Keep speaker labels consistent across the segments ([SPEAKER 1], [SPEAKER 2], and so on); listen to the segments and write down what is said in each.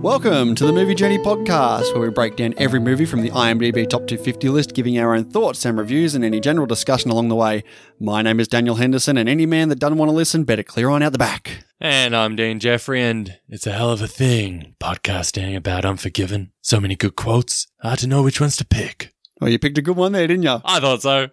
[SPEAKER 1] Welcome to the Movie Journey Podcast, where we break down every movie from the IMDb Top 250 list, giving our own thoughts and reviews and any general discussion along the way. My name is Daniel Henderson, and any man that doesn't want to listen better clear on out the back.
[SPEAKER 2] And I'm Dean Jeffrey, and it's a hell of a thing podcasting about Unforgiven. So many good quotes, hard to know which ones to pick.
[SPEAKER 1] Well, you picked a good one there, didn't you?
[SPEAKER 2] I thought so.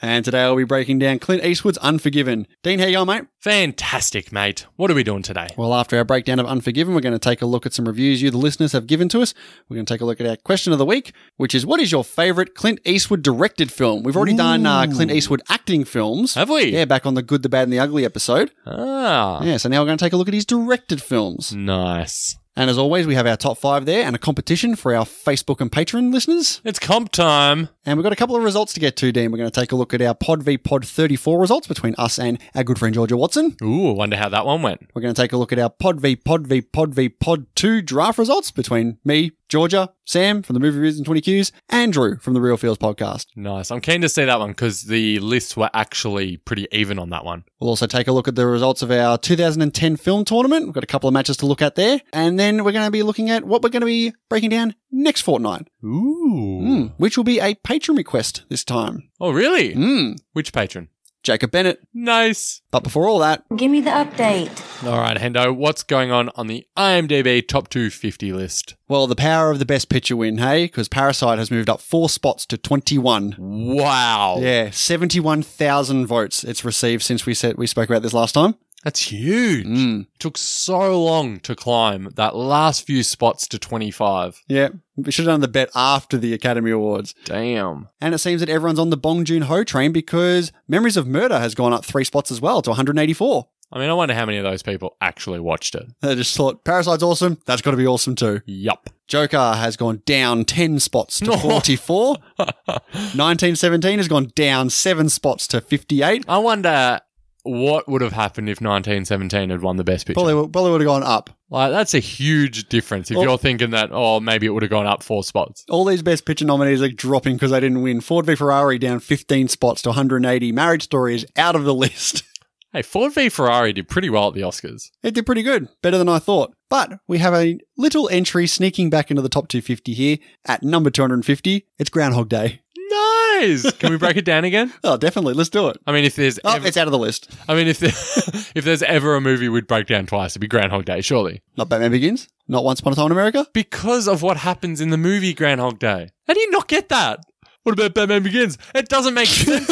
[SPEAKER 1] And today I'll be breaking down Clint Eastwood's Unforgiven. Dean, how you going, mate?
[SPEAKER 2] Fantastic, mate. What are we doing today?
[SPEAKER 1] Well, after our breakdown of Unforgiven, we're going to take a look at some reviews you, the listeners, have given to us. We're going to take a look at our question of the week, which is what is your favorite Clint Eastwood directed film? We've already done uh, Clint Eastwood acting films.
[SPEAKER 2] Have we?
[SPEAKER 1] Yeah, back on the Good, the Bad, and the Ugly episode.
[SPEAKER 2] Ah,
[SPEAKER 1] Yeah, so now we're going to take a look at his directed
[SPEAKER 2] Mm.
[SPEAKER 1] films.
[SPEAKER 2] nice.
[SPEAKER 1] And as always, we have our top five there and a competition for our Facebook and Patreon listeners.
[SPEAKER 2] It's comp time.
[SPEAKER 1] And we've got a couple of results to get to, Dean. We're going to take a look at our Pod v Pod 34 results between us and our good friend Georgia Watson.
[SPEAKER 2] Ooh, I wonder how that one went.
[SPEAKER 1] We're going to take a look at our Pod v Pod v Pod v Pod 2 draft results between me, Georgia, Sam from the Movie Reviews and 20 Qs, Andrew from the Real Feels podcast.
[SPEAKER 2] Nice. I'm keen to see that one because the lists were actually pretty even on that one.
[SPEAKER 1] We'll also take a look at the results of our 2010 film tournament. We've got a couple of matches to look at there. And then we're going to be looking at what we're going to be breaking down next fortnight,
[SPEAKER 2] Ooh.
[SPEAKER 1] mm, which will be a patron request this time.
[SPEAKER 2] Oh, really?
[SPEAKER 1] Mm,
[SPEAKER 2] Which patron?
[SPEAKER 1] Jacob Bennett.
[SPEAKER 2] Nice.
[SPEAKER 1] But before all that,
[SPEAKER 3] Give me the update.
[SPEAKER 2] All right, Hendo, what's going on on the IMDb top 250 list?
[SPEAKER 1] well, the power of the best picture win, hey? Because Parasite has moved up four spots to 21.
[SPEAKER 2] Wow.
[SPEAKER 1] Yeah, 71,000 votes it's received since we said we spoke about this last time.
[SPEAKER 2] That's huge.
[SPEAKER 1] Mm.
[SPEAKER 2] Took so long to climb that last few spots to 25.
[SPEAKER 1] Yeah, we should have done the bet after the Academy Awards.
[SPEAKER 2] Damn.
[SPEAKER 1] And it seems that everyone's on the Bong Joon Ho train because Memories of Murder has gone up three spots as well to 184.
[SPEAKER 2] I mean, I wonder how many of those people actually watched it.
[SPEAKER 1] They just thought Parasite's awesome. That's got to be awesome too.
[SPEAKER 2] Yup.
[SPEAKER 1] Joker has gone down 10 spots to
[SPEAKER 2] No.
[SPEAKER 1] 44. 1917 has gone down seven spots to 58.
[SPEAKER 2] I wonder what would have happened if 1917 had won the best picture.
[SPEAKER 1] Probably, would- probably would have gone up.
[SPEAKER 2] Like, that's a huge difference if
[SPEAKER 1] Well-
[SPEAKER 2] you're thinking that, oh, maybe it would have gone up four spots.
[SPEAKER 1] All these best picture nominees are dropping because they didn't win. Ford v Ferrari down 15 spots to 180. Marriage Story is out of the list.
[SPEAKER 2] Hey, Ford v Ferrari did pretty well at the Oscars.
[SPEAKER 1] It did pretty good, better than I thought. But we have a little entry sneaking back into the top 250 here at number 250. It's Groundhog Day.
[SPEAKER 2] Nice. Can we break it down again?
[SPEAKER 1] Oh, definitely. Let's do it.
[SPEAKER 2] I mean, if there's,
[SPEAKER 1] Oh,
[SPEAKER 2] ever,
[SPEAKER 1] it's out of the list.
[SPEAKER 2] I mean, if there, if there's ever a movie we'd break down twice, it'd be Groundhog Day, surely.
[SPEAKER 1] Not Batman Begins. Not Once Upon a Time in America.
[SPEAKER 2] because of what happens in the movie Groundhog Day. How do you not get that? What about Batman Begins? It doesn't make sense,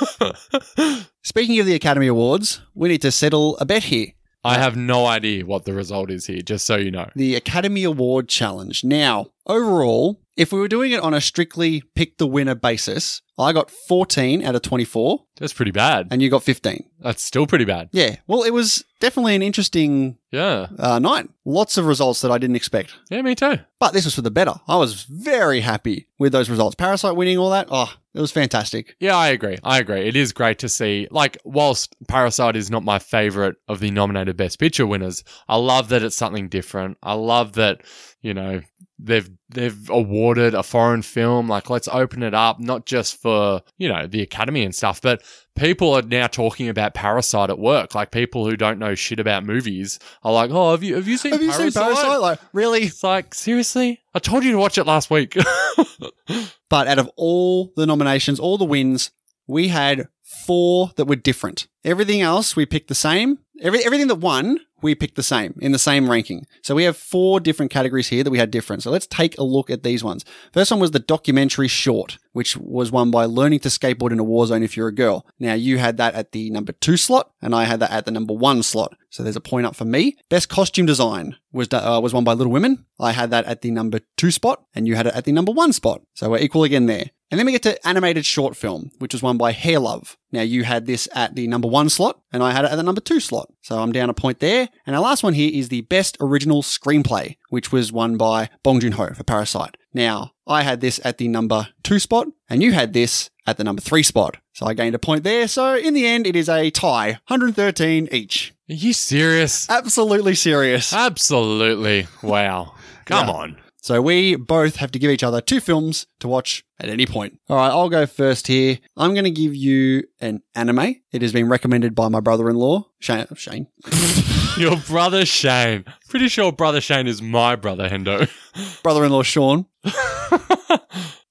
[SPEAKER 2] Hendo.
[SPEAKER 1] Speaking of the Academy Awards, we need to settle a bet here.
[SPEAKER 2] I have no idea what the result is here, just so you know.
[SPEAKER 1] The Academy Award Challenge. Now, overall, if we were doing it on a strictly pick the winner basis, I got 14 out of 24
[SPEAKER 2] That's pretty bad.
[SPEAKER 1] and you got 15.
[SPEAKER 2] That's still pretty bad.
[SPEAKER 1] Yeah. Well, it was definitely an interesting
[SPEAKER 2] Yeah.
[SPEAKER 1] uh, night. Lots of results that I didn't expect.
[SPEAKER 2] Yeah, me too.
[SPEAKER 1] But this was for the better. I was very happy with those results. Parasite winning all that. Oh, it was fantastic.
[SPEAKER 2] Yeah, I agree. I agree. It is great to see. Like, whilst Parasite is not my favorite of the nominated Best Picture winners, I love that it's something different. I love that, you know, they've they've awarded a foreign film. Like, let's open it up, not just for you know the Academy and stuff, but people are now talking about Parasite at work. Like, people who don't know shit about movies are like, "Oh, have you have you seen
[SPEAKER 1] Have you
[SPEAKER 2] Parasite?"
[SPEAKER 1] seen Parasite? Like, really?
[SPEAKER 2] It's like seriously, I told you to watch it last week.
[SPEAKER 1] But out of all the nominations, all the wins, we had four that were different. Everything else we picked the same. Every, everything that won, we picked the same in the same ranking. So we have four different categories here that we had different. So let's take a look at these ones. First one was the documentary short, which was won by Learning to Skateboard in a War Zone if you're a girl. Now you had that at the number two slot, and I had that at the number one slot. So there's a point up for me. Best costume design was do- uh, was won by Little Women. I had that at the number two spot, and you had it at the number one spot. So we're equal again there. And then we get to animated short film, which was won by Hair Love. Now you had this at the number one slot, and I had it at the number two slot. So I'm down a point there. And our last one here is the best original screenplay, which was won by Bong Joon Ho for Parasite. Now I had this at the number two spot, and you had this at the number three spot. So I gained a point there. So in the end, it is a tie, 113 each.
[SPEAKER 2] are you serious?
[SPEAKER 1] Absolutely serious.
[SPEAKER 2] Ah. Absolutely. Wow. Come
[SPEAKER 1] Yeah.
[SPEAKER 2] on.
[SPEAKER 1] So we both have to give each other two films to watch at any point. All right, I'll go first here. I'm going to give you an anime. It has been recommended by my brother-in-law, Shane. Shane.
[SPEAKER 2] Your brother Shane. Pretty sure brother Shane is my brother, Hendo.
[SPEAKER 1] Brother in law Sean.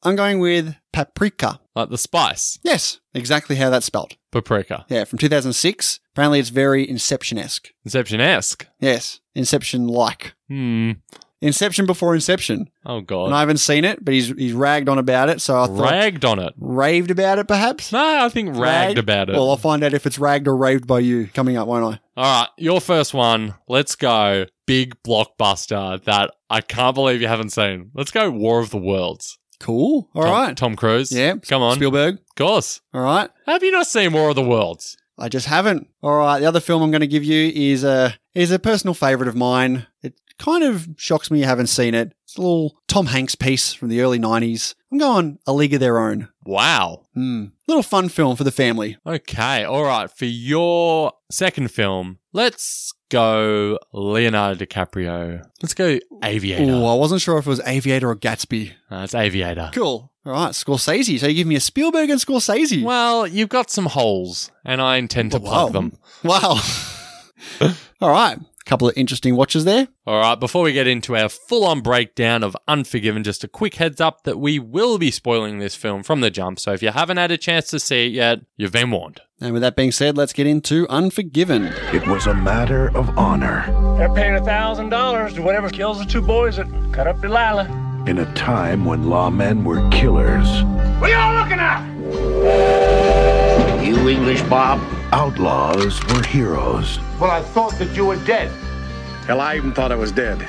[SPEAKER 1] I'm going with Paprika.
[SPEAKER 2] like the spice.
[SPEAKER 1] Yes, exactly how that's spelt.
[SPEAKER 2] Paprika.
[SPEAKER 1] Yeah, from 2006. Apparently, it's very Inception esque.
[SPEAKER 2] Inception esque.
[SPEAKER 1] Yes, Inception like.
[SPEAKER 2] Hmm.
[SPEAKER 1] Inception before Inception.
[SPEAKER 2] Oh,
[SPEAKER 1] And
[SPEAKER 2] God.
[SPEAKER 1] I haven't seen it, but he's, he's ragged on about it, so I thought
[SPEAKER 2] Ragged on it.
[SPEAKER 1] raved about it perhaps.
[SPEAKER 2] No, I think ragged,
[SPEAKER 1] Ragged?
[SPEAKER 2] about it.
[SPEAKER 1] Well, I'll find out if it's ragged or raved by you coming up, won't I?
[SPEAKER 2] All right, your first one. Let's go. Big blockbuster that I can't believe you haven't seen. Let's go War of the Worlds.
[SPEAKER 1] Cool. All
[SPEAKER 2] Tom,
[SPEAKER 1] right.
[SPEAKER 2] Tom Cruise.
[SPEAKER 1] Yeah.
[SPEAKER 2] Come on.
[SPEAKER 1] Spielberg.
[SPEAKER 2] of course.
[SPEAKER 1] All right.
[SPEAKER 2] Have you not seen War of the Worlds?
[SPEAKER 1] I just haven't. All right. The other film I'm going to give you is a is a personal favorite of mine. It kind of shocks me you haven't seen it. It's a little Tom Hanks piece from the early '90s. I'm going A League of Their Own.
[SPEAKER 2] Wow.
[SPEAKER 1] Hmm. Little fun film for the family.
[SPEAKER 2] Okay. All right. For your second film, let's go Leonardo DiCaprio. Let's go Aviator.
[SPEAKER 1] Oh, I wasn't sure if it was Aviator or Gatsby.
[SPEAKER 2] That's Aviator.
[SPEAKER 1] Cool. All right. Scorsese. So you give me a Spielberg and Scorsese.
[SPEAKER 2] Well, you've got some holes, and I intend to
[SPEAKER 1] Wow.
[SPEAKER 2] plug them.
[SPEAKER 1] Wow. All right. Couple of interesting watches there.
[SPEAKER 2] All right, before we get into our full on breakdown of Unforgiven, just a quick heads up that we will be spoiling this film from the jump. So if you haven't had a chance to see it yet, you've been warned.
[SPEAKER 1] And with that being said, let's get into Unforgiven.
[SPEAKER 3] It was a matter of honor
[SPEAKER 4] They're paying a thousand dollars to whatever kills the two boys that cut up Delilah.
[SPEAKER 3] in a time when lawmen were killers,
[SPEAKER 4] What are y'all looking at?
[SPEAKER 5] You English, Bob?
[SPEAKER 3] outlaws were heroes,
[SPEAKER 5] Well, I thought that you were dead. Hell, I even thought I was dead.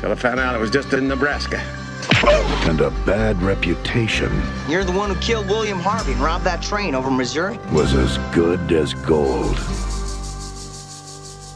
[SPEAKER 5] Till I found out I was just in Nebraska.
[SPEAKER 3] and a bad reputation
[SPEAKER 6] You're the one who killed William Harvey and robbed that train over Missouri.
[SPEAKER 3] was as good as gold.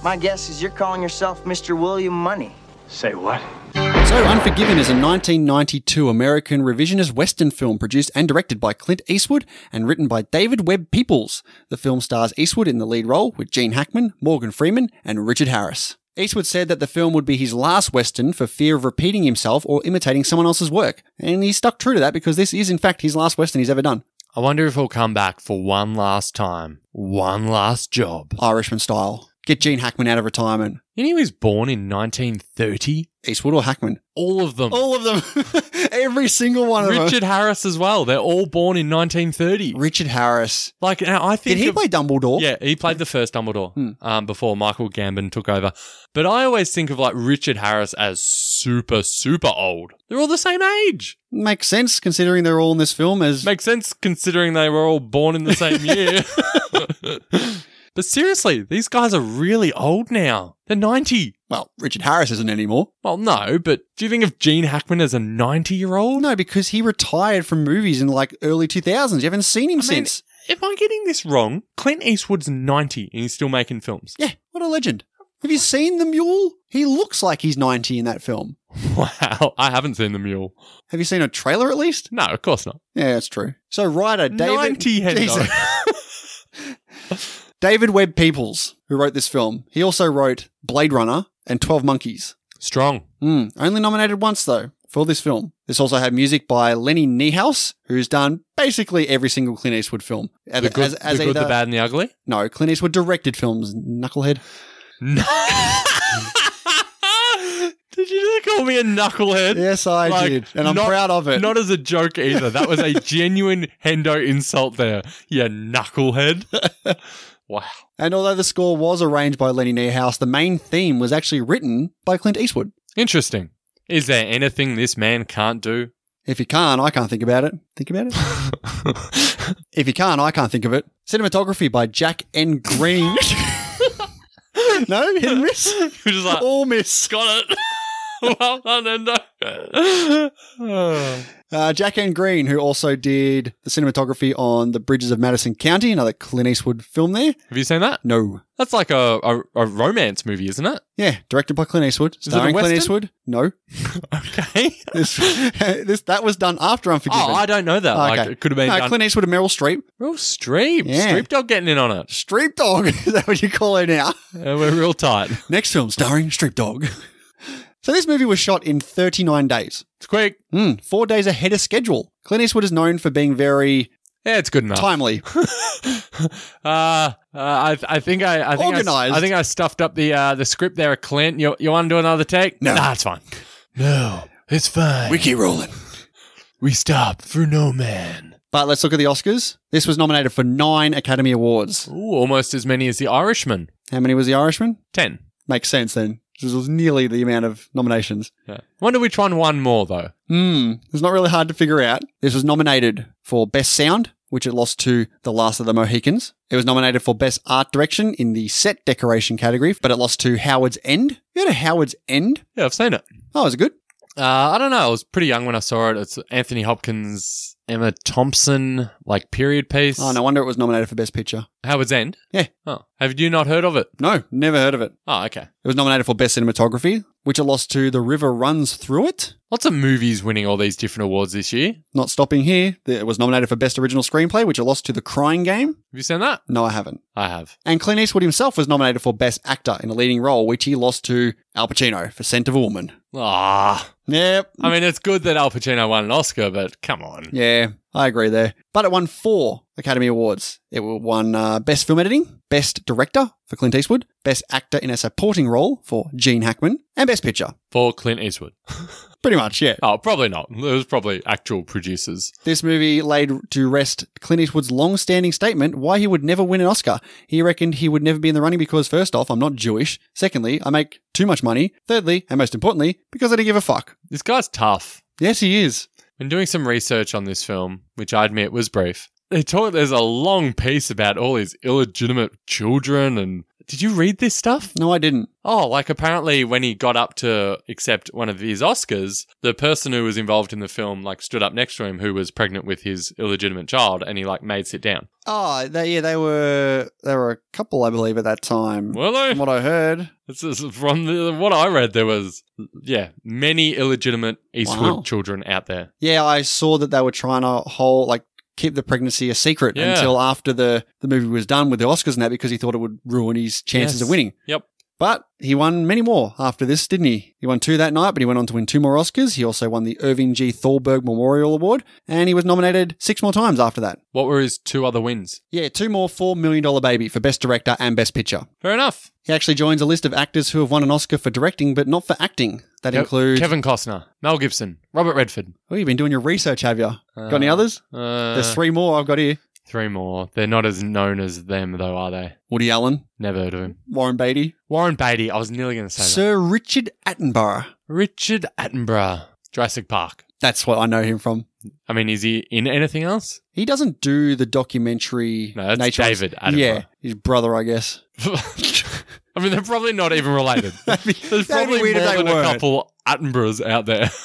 [SPEAKER 6] My guess is you're calling yourself Mr. William Money.
[SPEAKER 4] Say what?
[SPEAKER 1] So, Unforgiven is a 1992 American revisionist Western film produced and directed by Clint Eastwood and written by David Webb Peoples. The film stars Eastwood in the lead role with Gene Hackman, Morgan Freeman, and Richard Harris. Eastwood said that the film would be his last Western for fear of repeating himself or imitating someone else's work. And he stuck true to that because this is, in fact, his last Western he's ever done.
[SPEAKER 2] I wonder if he'll come back for one last time, one last job.
[SPEAKER 1] Irishman style. Get Gene Hackman out of retirement.
[SPEAKER 2] You know, he was born in 1930.
[SPEAKER 1] Eastwood or Hackman?
[SPEAKER 2] All of them.
[SPEAKER 1] All of them. Every single one of them.
[SPEAKER 2] Richard Harris as well. They're all born in 1930.
[SPEAKER 1] Richard Harris.
[SPEAKER 2] Like, now I think
[SPEAKER 1] Did he
[SPEAKER 2] of-
[SPEAKER 1] play Dumbledore?
[SPEAKER 2] Yeah, he played the first Dumbledore
[SPEAKER 1] Hmm.
[SPEAKER 2] um, before Michael Gambon took over. But I always think of like Richard Harris as super, super old. They're all the same age.
[SPEAKER 1] Makes sense considering they're all in this film as
[SPEAKER 2] Makes sense considering they were all born in the same year. but seriously, these guys are really old now. They're 90.
[SPEAKER 1] well, Richard Harris isn't anymore.
[SPEAKER 2] Well, no, but do you think of Gene Hackman as a 90 year
[SPEAKER 1] Well,
[SPEAKER 2] old?
[SPEAKER 1] no, because he retired from movies in like early 2000s. You haven't seen him
[SPEAKER 2] I mean-
[SPEAKER 1] since.
[SPEAKER 2] If I'm getting this wrong, Clint Eastwood's 90 and he's still making films.
[SPEAKER 1] Yeah, what a legend. Have you seen The Mule? He looks like he's 90 in that film.
[SPEAKER 2] Wow, I haven't seen The Mule.
[SPEAKER 1] Have you seen a trailer at least?
[SPEAKER 2] No, of course not.
[SPEAKER 1] Yeah, that's true. So writer Uh, David
[SPEAKER 2] 90 Hendo.
[SPEAKER 1] Jesus. David Webb Peoples, who wrote this film, he also wrote Blade Runner and 12 Monkeys.
[SPEAKER 2] Strong.
[SPEAKER 1] Mm, only nominated once though for this film. This also had music by Lenny Niehaus, who's done basically every single Clint Eastwood film. As,
[SPEAKER 2] The good,
[SPEAKER 1] as- as
[SPEAKER 2] the, good the
[SPEAKER 1] either-
[SPEAKER 2] bad, and the ugly.
[SPEAKER 1] No, Clint Eastwood directed films. Knucklehead.
[SPEAKER 2] No. did you just call me a knucklehead?
[SPEAKER 1] Yes, I
[SPEAKER 2] Like,
[SPEAKER 1] did, and I'm
[SPEAKER 2] not-
[SPEAKER 1] proud of it.
[SPEAKER 2] Not as a joke either. That was a genuine Hendo insult there. Yeah, knucklehead. wow.
[SPEAKER 1] and although the score was arranged by Lenny Niehaus, the main theme was actually written by Clint Eastwood.
[SPEAKER 2] Interesting. Is there anything this man can't do?
[SPEAKER 1] If you can't, I can't think about it. Think about it. if you can't, I can't think of it. Cinematography by Jack N. Green. no, hit and miss.
[SPEAKER 2] You're just like,
[SPEAKER 1] All miss.
[SPEAKER 2] got it. well done, Hendo. Oh.
[SPEAKER 1] Uh, Jack N. Green, who also did the cinematography on The Bridges of Madison County, another Clint Eastwood film there.
[SPEAKER 2] Have you seen that?
[SPEAKER 1] No.
[SPEAKER 2] That's like a, a, a romance movie, isn't it?
[SPEAKER 1] Yeah, directed by Clint Eastwood.
[SPEAKER 2] it a
[SPEAKER 1] Starring Clint
[SPEAKER 2] Western?
[SPEAKER 1] Eastwood? No.
[SPEAKER 2] Okay.
[SPEAKER 1] This, this That was done after Unforgiven.
[SPEAKER 2] Oh, I don't know that.
[SPEAKER 1] Oh,
[SPEAKER 2] Like,
[SPEAKER 1] okay.
[SPEAKER 2] it could have been
[SPEAKER 1] No,
[SPEAKER 2] done.
[SPEAKER 1] Clint Eastwood and Meryl Streep.
[SPEAKER 2] Real Streep.
[SPEAKER 1] Yeah.
[SPEAKER 2] Streep Dog getting in on it.
[SPEAKER 1] Streep Dog, is that what you call her now?
[SPEAKER 2] Uh, we're real tight.
[SPEAKER 1] Next film, starring Streep Dog. So this movie was shot in 39 days.
[SPEAKER 2] It's quick.
[SPEAKER 1] Hmm, four days ahead of schedule. Clint Eastwood is known for being very
[SPEAKER 2] Yeah, it's good enough.
[SPEAKER 1] Timely.
[SPEAKER 2] Uh, uh, I, I think I, I think I s-
[SPEAKER 1] Organised.
[SPEAKER 2] I, think I stuffed up the uh, the script there, Clint. You, you want to do another take?
[SPEAKER 1] No.
[SPEAKER 2] nah, it's fine. No, it's fine.
[SPEAKER 1] Wiki rolling.
[SPEAKER 2] we stop for no man.
[SPEAKER 1] But let's look at the Oscars. This was nominated for nine Academy Awards.
[SPEAKER 2] Ooh, almost as many as The Irishman.
[SPEAKER 1] How many was The Irishman?
[SPEAKER 2] Ten.
[SPEAKER 1] Makes sense then. This was nearly the amount of nominations.
[SPEAKER 2] Yeah. Wonder which one won more though.
[SPEAKER 1] Hmm. It's not really hard to figure out. This was nominated for Best Sound, which it lost to The Last of the Mohicans. It was nominated for Best Art Direction in the Set Decoration category, but it lost to Howard's End. You had a Howard's End?
[SPEAKER 2] Yeah, I've seen it.
[SPEAKER 1] Oh, was it good?
[SPEAKER 2] Uh, I don't know. I was pretty young when I saw it. It's Anthony Hopkins, Emma Thompson, like period piece.
[SPEAKER 1] Oh, no wonder it was nominated for Best Picture.
[SPEAKER 2] Howard's End.
[SPEAKER 1] Yeah.
[SPEAKER 2] Oh, have you not heard of it?
[SPEAKER 1] No, never heard of it.
[SPEAKER 2] Oh, okay.
[SPEAKER 1] It was nominated for Best Cinematography, which it lost to The River Runs Through It.
[SPEAKER 2] Lots of movies winning all these different awards this year. Have
[SPEAKER 1] Not stopping here, it was nominated for Best Original Screenplay, which it lost to The Crying Game.
[SPEAKER 2] you seen that?
[SPEAKER 1] No, I haven't.
[SPEAKER 2] I have.
[SPEAKER 1] And Clint Eastwood himself was nominated for Best Actor in a Leading Role, which he lost to Al Pacino for Scent of a Woman.
[SPEAKER 2] Ah,
[SPEAKER 1] Yep.
[SPEAKER 2] I mean, it's good that Al Pacino won an Oscar, but come on.
[SPEAKER 1] Yeah, I agree there. But it won four Academy Awards. It won uh, Best Film Editing, Best Director for Clint Eastwood, Best Actor in a Supporting Role for Gene Hackman, and Best Picture.
[SPEAKER 2] For Clint Eastwood.
[SPEAKER 1] Pretty much, yeah.
[SPEAKER 2] Oh, probably not. It was probably actual producers.
[SPEAKER 1] This movie laid to rest Clint Eastwood's long standing statement why he would never win an Oscar. He reckoned he would never be in the running because, first off, I'm not Jewish. Secondly, I make too much money. Thirdly, and most importantly, because I didn't give a fuck.
[SPEAKER 2] This guy's tough.
[SPEAKER 1] Yes, he is.
[SPEAKER 2] When doing some research on this film, which I admit was brief, they talk, there's a long piece about all his illegitimate children and. Did you read this stuff?
[SPEAKER 1] No, I didn't.
[SPEAKER 2] Oh, like apparently when he got up to accept one of his Oscars, the person who was involved in the film like stood up next to him who was pregnant with his illegitimate child and he like made sit down.
[SPEAKER 1] Oh, they, yeah, they were they were a couple, I believe, at that time.
[SPEAKER 2] Well, I-
[SPEAKER 1] From what I heard.
[SPEAKER 2] This is from the, what I read, there was yeah many illegitimate Eastwood
[SPEAKER 1] Wow.
[SPEAKER 2] children out there.
[SPEAKER 1] Yeah, I saw that they were trying to hold like keep the pregnancy a secret
[SPEAKER 2] Yeah.
[SPEAKER 1] until after the, the movie was done with the Oscars and that because he thought it would ruin his chances
[SPEAKER 2] Yes.
[SPEAKER 1] of winning.
[SPEAKER 2] Yep.
[SPEAKER 1] But he won many more after this, didn't he? He won two that night, but he went on to win two more Oscars. He also won the Irving G. Thalberg Memorial Award, and he was nominated six more times after that.
[SPEAKER 2] What were his two other wins?
[SPEAKER 1] Yeah, two more $4 million baby for Best Director and Best Picture.
[SPEAKER 2] Fair enough.
[SPEAKER 1] He actually joins a list of actors who have won an Oscar for directing, but not for acting. That
[SPEAKER 2] Ke-
[SPEAKER 1] includes.
[SPEAKER 2] Kevin Costner, Mel Gibson, Robert Redford.
[SPEAKER 1] Oh, you've been doing your research, have you? Got any
[SPEAKER 2] Uh,
[SPEAKER 1] others?
[SPEAKER 2] Uh,
[SPEAKER 1] There's three more I've got here
[SPEAKER 2] three more. They're not as known as them though, are they?
[SPEAKER 1] Woody Allen,
[SPEAKER 2] Never heard of him.
[SPEAKER 1] Warren Beatty,
[SPEAKER 2] Warren Beatty. I was nearly going to say that.
[SPEAKER 1] Sir Richard Attenborough.
[SPEAKER 2] Richard Attenborough, Jurassic Park.
[SPEAKER 1] That's what I know him from.
[SPEAKER 2] I mean, is he in anything else?
[SPEAKER 1] He doesn't do the documentary.
[SPEAKER 2] No, that's
[SPEAKER 1] nature-
[SPEAKER 2] David Attenborough.
[SPEAKER 1] Yeah, his brother, I guess.
[SPEAKER 2] I mean, they're probably not even related.
[SPEAKER 1] That'd be-
[SPEAKER 2] There's
[SPEAKER 1] that'd be
[SPEAKER 2] probably more
[SPEAKER 1] weird if they
[SPEAKER 2] than a
[SPEAKER 1] weren't.
[SPEAKER 2] couple Attenboroughs out there.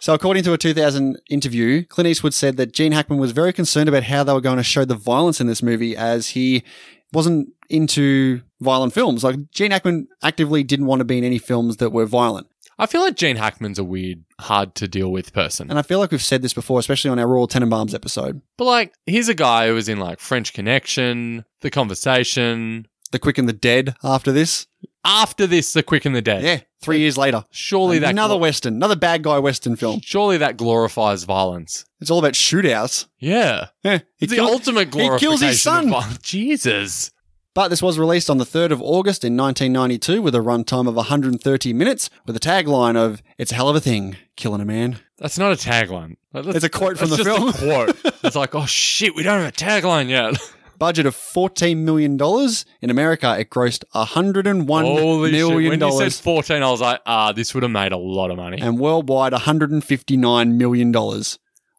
[SPEAKER 1] So, according to a 2000 interview, Clint Eastwood said that Gene Hackman was very concerned about how they were going to show the violence in this movie, as he wasn't into violent films. Like Gene Hackman actively didn't want to be in any films that were violent.
[SPEAKER 2] I feel like Gene Hackman's a weird, hard to deal with person.
[SPEAKER 1] And I feel like we've said this before, especially on our Royal Tenenbaums episode.
[SPEAKER 2] But like, he's a guy who was in like French Connection, The Conversation.
[SPEAKER 1] The Quick and the Dead. After this,
[SPEAKER 2] After this, The Quick and the Dead.
[SPEAKER 1] yeah, three years later,
[SPEAKER 2] Surely that
[SPEAKER 1] another
[SPEAKER 2] glo-
[SPEAKER 1] western, another bad guy western film.
[SPEAKER 2] Surely that glorifies violence.
[SPEAKER 1] It's all about shootouts.
[SPEAKER 2] Yeah.
[SPEAKER 1] Yeah, he
[SPEAKER 2] It's the
[SPEAKER 1] killed-
[SPEAKER 2] ultimate
[SPEAKER 1] he
[SPEAKER 2] glorification.
[SPEAKER 1] kills his son.
[SPEAKER 2] Of violence. Jesus.
[SPEAKER 1] But this was released on the 3rd of August in 1992 with a runtime of 130 minutes with a tagline of, It's a hell of a thing, killing a man.
[SPEAKER 2] That's not a tagline. Like, that's-
[SPEAKER 1] It's a quote from
[SPEAKER 2] that's
[SPEAKER 1] the
[SPEAKER 2] just a quote. it's like, oh shit, we don't have a tagline yet.
[SPEAKER 1] Budget of $14 million. In America, it grossed $101
[SPEAKER 2] Holy shit.
[SPEAKER 1] million
[SPEAKER 2] When you said
[SPEAKER 1] dollars
[SPEAKER 2] 14, I was like, ah, this would have made a lot of money.
[SPEAKER 1] and worldwide, $159 million.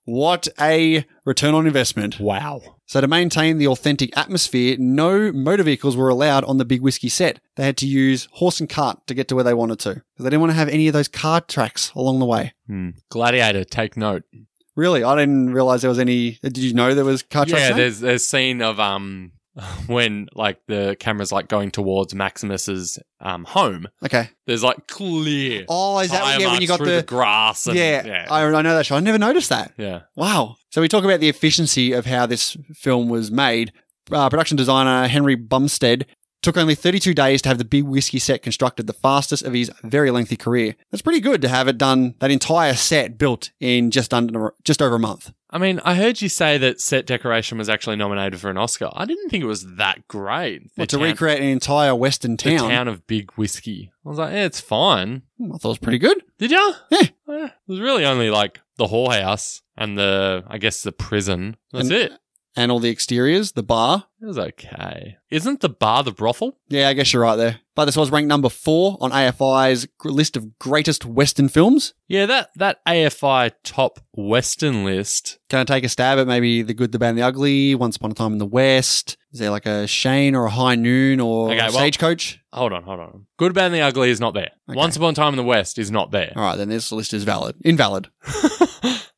[SPEAKER 1] What a return on investment.
[SPEAKER 2] Wow.
[SPEAKER 1] So, to maintain the authentic atmosphere, no motor vehicles were allowed on the Big Whiskey set. They had to use horse and cart to get to where they wanted to. 'Cause They didn't want to have any of those car tracks along the way.
[SPEAKER 2] Hmm. Gladiator, take note. Really?
[SPEAKER 1] Really, I didn't realize there was any. Did you know there was car tracks?
[SPEAKER 2] yeah,
[SPEAKER 1] then?
[SPEAKER 2] there's there's scene of um when like the camera's like going towards Maximus's um home.
[SPEAKER 1] Okay.
[SPEAKER 2] There's like clear
[SPEAKER 1] Oh, is that
[SPEAKER 2] tire
[SPEAKER 1] yeah? When
[SPEAKER 2] marks
[SPEAKER 1] you got
[SPEAKER 2] through
[SPEAKER 1] the,
[SPEAKER 2] grass and
[SPEAKER 1] yeah,
[SPEAKER 2] yeah.
[SPEAKER 1] I, I know that shot. I never noticed that.
[SPEAKER 2] yeah.
[SPEAKER 1] Wow. So we talk about the efficiency of how this film was made. Uh, production designer Henry Bumstead Took only 32 days to have the Big Whiskey set constructed, the fastest of his very lengthy career. That's pretty good to have it done, that entire set built in just under just over a month.
[SPEAKER 2] I mean, I heard you say that set decoration was actually nominated for an Oscar. I didn't think it was that great. The
[SPEAKER 1] But to
[SPEAKER 2] town-
[SPEAKER 1] recreate an entire Western
[SPEAKER 2] the
[SPEAKER 1] town,
[SPEAKER 2] town of Big Whiskey. I was like, yeah, it's fine.
[SPEAKER 1] Hmm, I thought it was pretty good.
[SPEAKER 2] Did ya?
[SPEAKER 1] Yeah.
[SPEAKER 2] Eh, It was really only like the whorehouse and the, I guess, the prison. That's
[SPEAKER 1] And-
[SPEAKER 2] it.
[SPEAKER 1] And all the exteriors, the bar.
[SPEAKER 2] It was okay. Isn't the bar the brothel?
[SPEAKER 1] Yeah, I guess you're right there. But this was ranked number four on AFI's gr- list of greatest Western films.
[SPEAKER 2] Yeah, that that AFI top Western list.
[SPEAKER 1] Can I take a stab at maybe The Good, the Bad, and the Ugly, Once Upon a Time in the West? Is there like a Shane or a High Noon or
[SPEAKER 2] Okay,
[SPEAKER 1] a
[SPEAKER 2] well-
[SPEAKER 1] Stagecoach?
[SPEAKER 2] Hold on, hold on. Good, bad, and the ugly is not there.
[SPEAKER 1] Okay.
[SPEAKER 2] Once upon a time in the West is not there.
[SPEAKER 1] All right, then this list is valid. Invalid.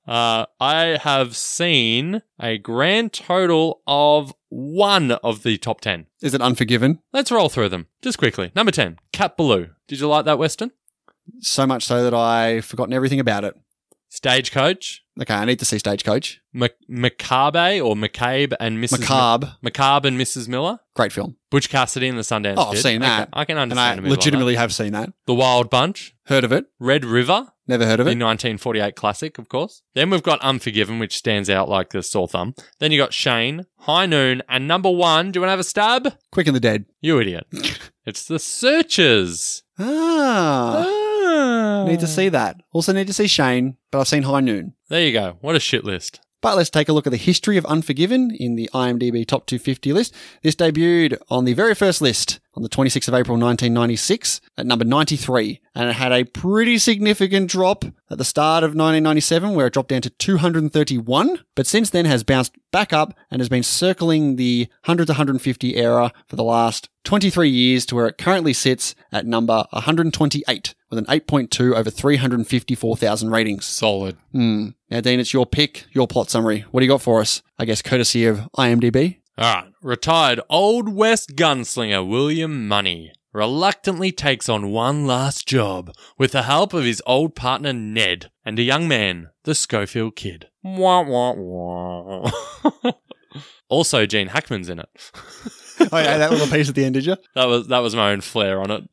[SPEAKER 2] uh, I have seen a grand total of one of the top ten.
[SPEAKER 1] Is it Unforgiven?
[SPEAKER 2] Let's roll through them just quickly. Number ten, Cat Baloo. Did you like that Western?
[SPEAKER 1] So much so that I've forgotten everything about it.
[SPEAKER 2] Stagecoach,
[SPEAKER 1] Okay, I need to see Stagecoach.
[SPEAKER 2] Mac- Macabre or McCabe and Mrs. Mi-
[SPEAKER 1] Macabre,
[SPEAKER 2] Macabre and Mrs. Miller.
[SPEAKER 1] great film.
[SPEAKER 2] Butch Cassidy and the Sundance
[SPEAKER 1] Oh, I've
[SPEAKER 2] Kid.
[SPEAKER 1] seen
[SPEAKER 2] Okay,
[SPEAKER 1] that.
[SPEAKER 2] I can
[SPEAKER 1] And I
[SPEAKER 2] understand. a movie like that.
[SPEAKER 1] legitimately have seen that.
[SPEAKER 2] The Wild Bunch,
[SPEAKER 1] Heard of it?
[SPEAKER 2] Red River,
[SPEAKER 1] Never heard of
[SPEAKER 2] the
[SPEAKER 1] it.
[SPEAKER 2] 1948 classic, of course. Then we've got Unforgiven, which stands out like the sore thumb. Then you got Shane, High Noon, and number one. Do you want to have a stab?
[SPEAKER 1] Quick and the Dead.
[SPEAKER 2] You idiot. it's The Searchers.
[SPEAKER 1] Ah,
[SPEAKER 2] Ah.
[SPEAKER 1] need to see that. Also need to see Shane, but I've seen High Noon.
[SPEAKER 2] There you go. What a shit list.
[SPEAKER 1] But let's take a look at the history of Unforgiven in the IMDb Top 250 list. This debuted on the very first list on the 26th of April 1996 at number 93, and it had a pretty significant drop at the start of 1997 where it dropped down to 231, but since then has bounced back up and has been circling the 100 to 150 era for the last 23 years to where it currently sits at number 128 with an 8.2 over 354,000 ratings.
[SPEAKER 2] Solid.
[SPEAKER 1] Hmm. Now, Dean, it's your pick, your plot summary. What do you got for us? I guess courtesy of IMDb.
[SPEAKER 2] All right. Retired Old West gunslinger William Money reluctantly takes on one last job with the help of his old partner Ned and a young man, the Schofield Kid. Wah, wah, wah. also, Gene Hackman's in it.
[SPEAKER 1] Oh, yeah, that little piece at the end, did you?
[SPEAKER 2] That was that was my own flair on it.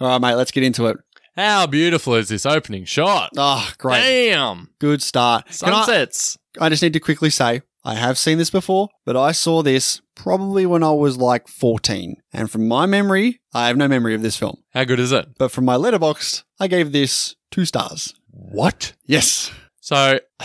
[SPEAKER 1] All right, mate, let's get into it.
[SPEAKER 2] How beautiful is this opening shot?
[SPEAKER 1] Ah, great.
[SPEAKER 2] Damn.
[SPEAKER 1] Good start. Can I,
[SPEAKER 2] Sunsets.
[SPEAKER 1] I just need to quickly say, I have seen this before, but I saw this probably when I was like 14. And from my memory, I have no memory of this film.
[SPEAKER 2] How good is it?
[SPEAKER 1] But from my letterbox, I gave this two stars.
[SPEAKER 2] What?
[SPEAKER 1] Yes.
[SPEAKER 2] So,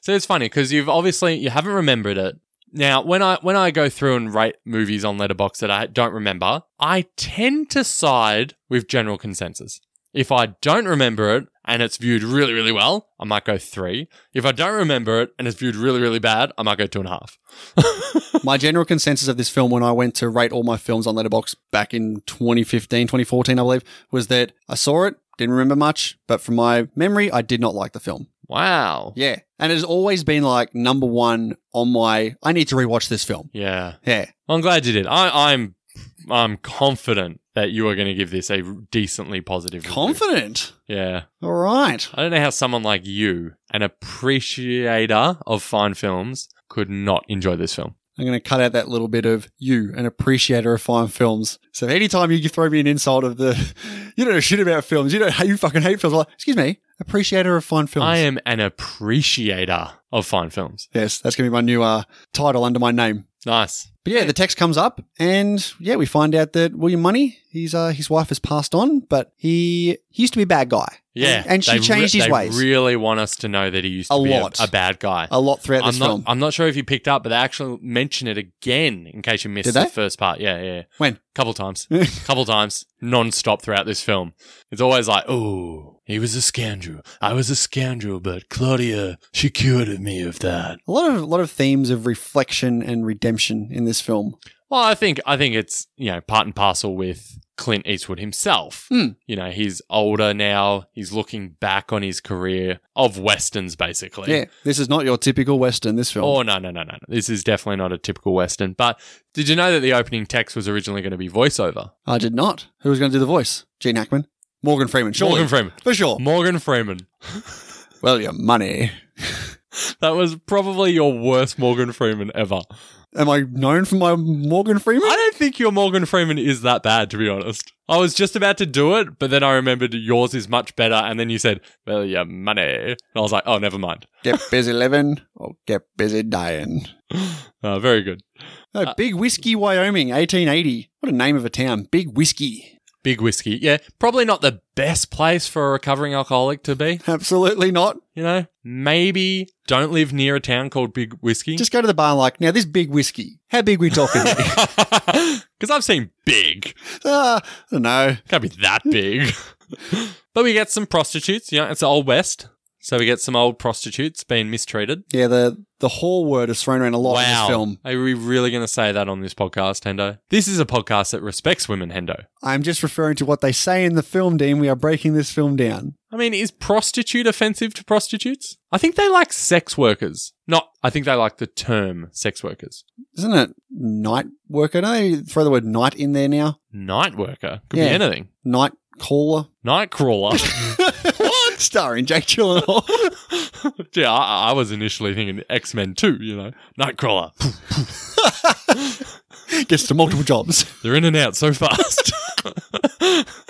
[SPEAKER 2] so it's funny because you've obviously you haven't remembered it. Now, when I when I go through and rate movies on Letterbox that I don't remember, I tend to side with general consensus. If I don't remember it and it's viewed really really well, I might go three. If I don't remember it and it's viewed really really bad, I might go two and a half.
[SPEAKER 1] my general consensus of this film when I went to rate all my films on Letterboxd back in 2015, 2014, I believe, was that I saw it, didn't remember much, but from my memory, I did not like the film.
[SPEAKER 2] Wow.
[SPEAKER 1] Yeah. And it has always been like number one on my, I need to rewatch this film.
[SPEAKER 2] Yeah.
[SPEAKER 1] Yeah.
[SPEAKER 2] I'm glad you did. I, I'm I'm confident that you are going to give this a decently positive. review.
[SPEAKER 1] Confident.
[SPEAKER 2] Yeah.
[SPEAKER 1] All right.
[SPEAKER 2] I don't know how someone like you, an appreciator of fine films, could not enjoy this film.
[SPEAKER 1] I'm going to cut out that little bit of you, an appreciator of fine films. So anytime you throw me an insult of the, you don't know shit about films, you don't, you fucking hate films, I'm like, excuse me, appreciator of fine films.
[SPEAKER 2] I uh, am an appreciator of fine films.
[SPEAKER 1] Yes, that's going to be my new uh, title under my name.
[SPEAKER 2] Nice.
[SPEAKER 1] But yeah, the text comes up, and yeah, we find out that William Money, he's uh, his wife has passed on, but he he used to be a bad guy.
[SPEAKER 2] Yeah.
[SPEAKER 1] and, and she
[SPEAKER 2] they
[SPEAKER 1] changed
[SPEAKER 2] re-
[SPEAKER 1] his
[SPEAKER 2] they
[SPEAKER 1] ways
[SPEAKER 2] really want us to know that he used to
[SPEAKER 1] A
[SPEAKER 2] be
[SPEAKER 1] lot.
[SPEAKER 2] A, a bad guy.
[SPEAKER 1] a lot throughout
[SPEAKER 2] I'm
[SPEAKER 1] this
[SPEAKER 2] not.
[SPEAKER 1] film.
[SPEAKER 2] I'm not sure if you picked up, but they actually mention it again in case you missed
[SPEAKER 1] Did
[SPEAKER 2] the
[SPEAKER 1] they?
[SPEAKER 2] first part. Yeah, yeah.
[SPEAKER 1] When?
[SPEAKER 2] Couple times. couple times, non-stop throughout this film. It's always like, "Oh, he was a scoundrel. I was a scoundrel, but Claudia, she cured me of that."
[SPEAKER 1] a lot of a lot of themes of reflection and redemption in this film.
[SPEAKER 2] Well, I think I think it's you know part and parcel with Clint Eastwood himself.
[SPEAKER 1] Hmm.
[SPEAKER 2] You know, he's older now. He's looking back on his career of westerns, basically.
[SPEAKER 1] Yeah, this is not your typical western. This film.
[SPEAKER 2] Oh no no no no! no. This is definitely not a typical western. But did you know that the opening text was originally going to be voiceover?
[SPEAKER 1] I did not. Who was going to do the voice? Gene Hackman, Morgan Freeman, surely.
[SPEAKER 2] Morgan Freeman.
[SPEAKER 1] for sure.
[SPEAKER 2] Morgan Freeman.
[SPEAKER 1] William Money.
[SPEAKER 2] That was probably your worst Morgan Freeman ever.
[SPEAKER 1] Am I known for my Morgan Freeman?
[SPEAKER 2] I don't think your Morgan Freeman is that bad, to be honest. I was just about to do it, but then I remembered yours is much better. And then you said, well, your money. And I was like, oh, never mind.
[SPEAKER 1] Get busy living or get busy dying.
[SPEAKER 2] Uh, very good.
[SPEAKER 1] Oh, Big Whiskey, Wyoming, 1880. What a name of a town. Big Whiskey.
[SPEAKER 2] Big whiskey. Yeah, probably not the best place for a recovering alcoholic to be.
[SPEAKER 1] Absolutely not.
[SPEAKER 2] You know, maybe don't live near a town called Big Whiskey.
[SPEAKER 1] Just go to the bar and like, now this Big Whiskey, how big we talking? uh,
[SPEAKER 2] Because I've seen big.
[SPEAKER 1] Ah, I don't know.
[SPEAKER 2] Can't be that big. but we get some prostitutes. You know, it's the old West. So we get some old prostitutes being mistreated.
[SPEAKER 1] Yeah, the, the whore word is thrown around a lot in this film.
[SPEAKER 2] Are we really going to say that on this podcast, Hendo? This is a podcast that respects women, Hendo.
[SPEAKER 1] I'm just referring to what they say in the film, Dean. We are breaking this film down.
[SPEAKER 2] I mean, is prostitute offensive to prostitutes? I think they like sex workers. Not, I think they like the term sex workers.
[SPEAKER 1] Isn't it night worker? Don't they throw the word night in there now?
[SPEAKER 2] Night worker. Could
[SPEAKER 1] Yeah.
[SPEAKER 2] be anything.
[SPEAKER 1] Night caller.
[SPEAKER 2] Night crawler.
[SPEAKER 1] What? Starring Jake Gyllenhaal.
[SPEAKER 2] yeah, I, I was initially thinking X Men 2, you know. Nightcrawler.
[SPEAKER 1] Gets to multiple jobs.
[SPEAKER 2] They're in and out so fast.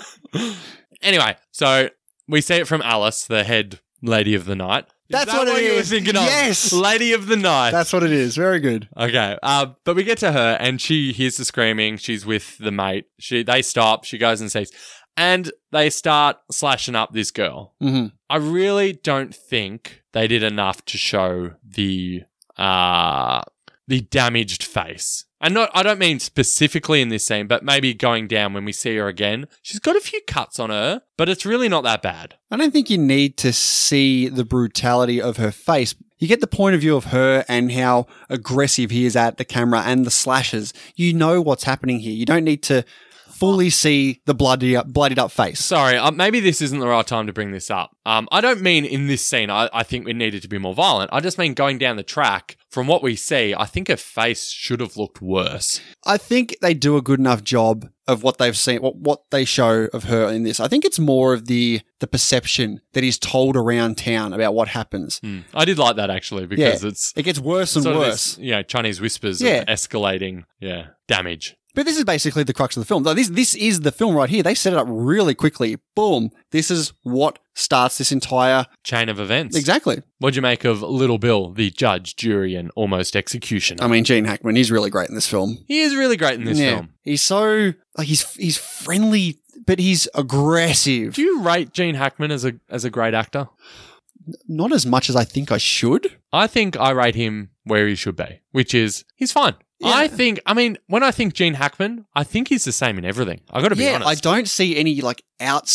[SPEAKER 2] anyway, so we see it from Alice, the head lady of the night.
[SPEAKER 1] That's what it
[SPEAKER 2] it is. you were
[SPEAKER 1] is.
[SPEAKER 2] thinking of?
[SPEAKER 1] Yes.
[SPEAKER 2] Lady of the night.
[SPEAKER 1] That's what it is. Very good.
[SPEAKER 2] Okay, uh, but we get to her, and she hears the screaming. She's with the mate. She they stop. She goes and sees, and they start slashing up this girl.
[SPEAKER 1] Mm-hmm.
[SPEAKER 2] I really don't think they did enough to show the uh, the damaged face. And not, I don't mean specifically in this scene, but maybe going down when we see her again. She's got a few cuts on her, but it's really not that bad.
[SPEAKER 1] I don't think you need to see the brutality of her face. You get the point of view of her and how aggressive he is at the camera and the slashes. You know what's happening here. You don't need to fully see the bloody up, bloodied up face.
[SPEAKER 2] Sorry, uh, maybe this isn't the right time to bring this up. Um, I don't mean in this scene. I, I think we needed to be more violent. I just mean going down the track. From what we see, I think her face should have looked worse.
[SPEAKER 1] I think they do a good enough job of what they've seen, what, what they show of her in this. I think it's more of the the perception that is told around town about what happens.
[SPEAKER 2] Hmm. I did like that actually because it's
[SPEAKER 1] It gets worse and
[SPEAKER 2] sort of
[SPEAKER 1] worse.
[SPEAKER 2] this, you know, Chinese whispers
[SPEAKER 1] Yeah.
[SPEAKER 2] of escalating, yeah, damage.
[SPEAKER 1] But this is basically the crux of the film. Like, This this is the film right here. They set it up really quickly. Boom. This is what starts this entire
[SPEAKER 2] Chain of events.
[SPEAKER 1] exactly.
[SPEAKER 2] What'd you make of Little Bill, the judge, jury, and almost executioner?
[SPEAKER 1] I mean, Gene Hackman. He's really great in this film.
[SPEAKER 2] he is really great in this
[SPEAKER 1] Um, yeah,
[SPEAKER 2] film.
[SPEAKER 1] he's so like he's he's friendly, but he's aggressive.
[SPEAKER 2] Do you rate Gene Hackman as a as a great actor?
[SPEAKER 1] Not as much as I think I should.
[SPEAKER 2] I think I rate him where he should be, which is he's fine.
[SPEAKER 1] Yeah.
[SPEAKER 2] I think, I mean, when I think Gene Hackman, I think he's the same in everything. I got to be
[SPEAKER 1] yeah, I
[SPEAKER 2] honest.
[SPEAKER 1] don't see any like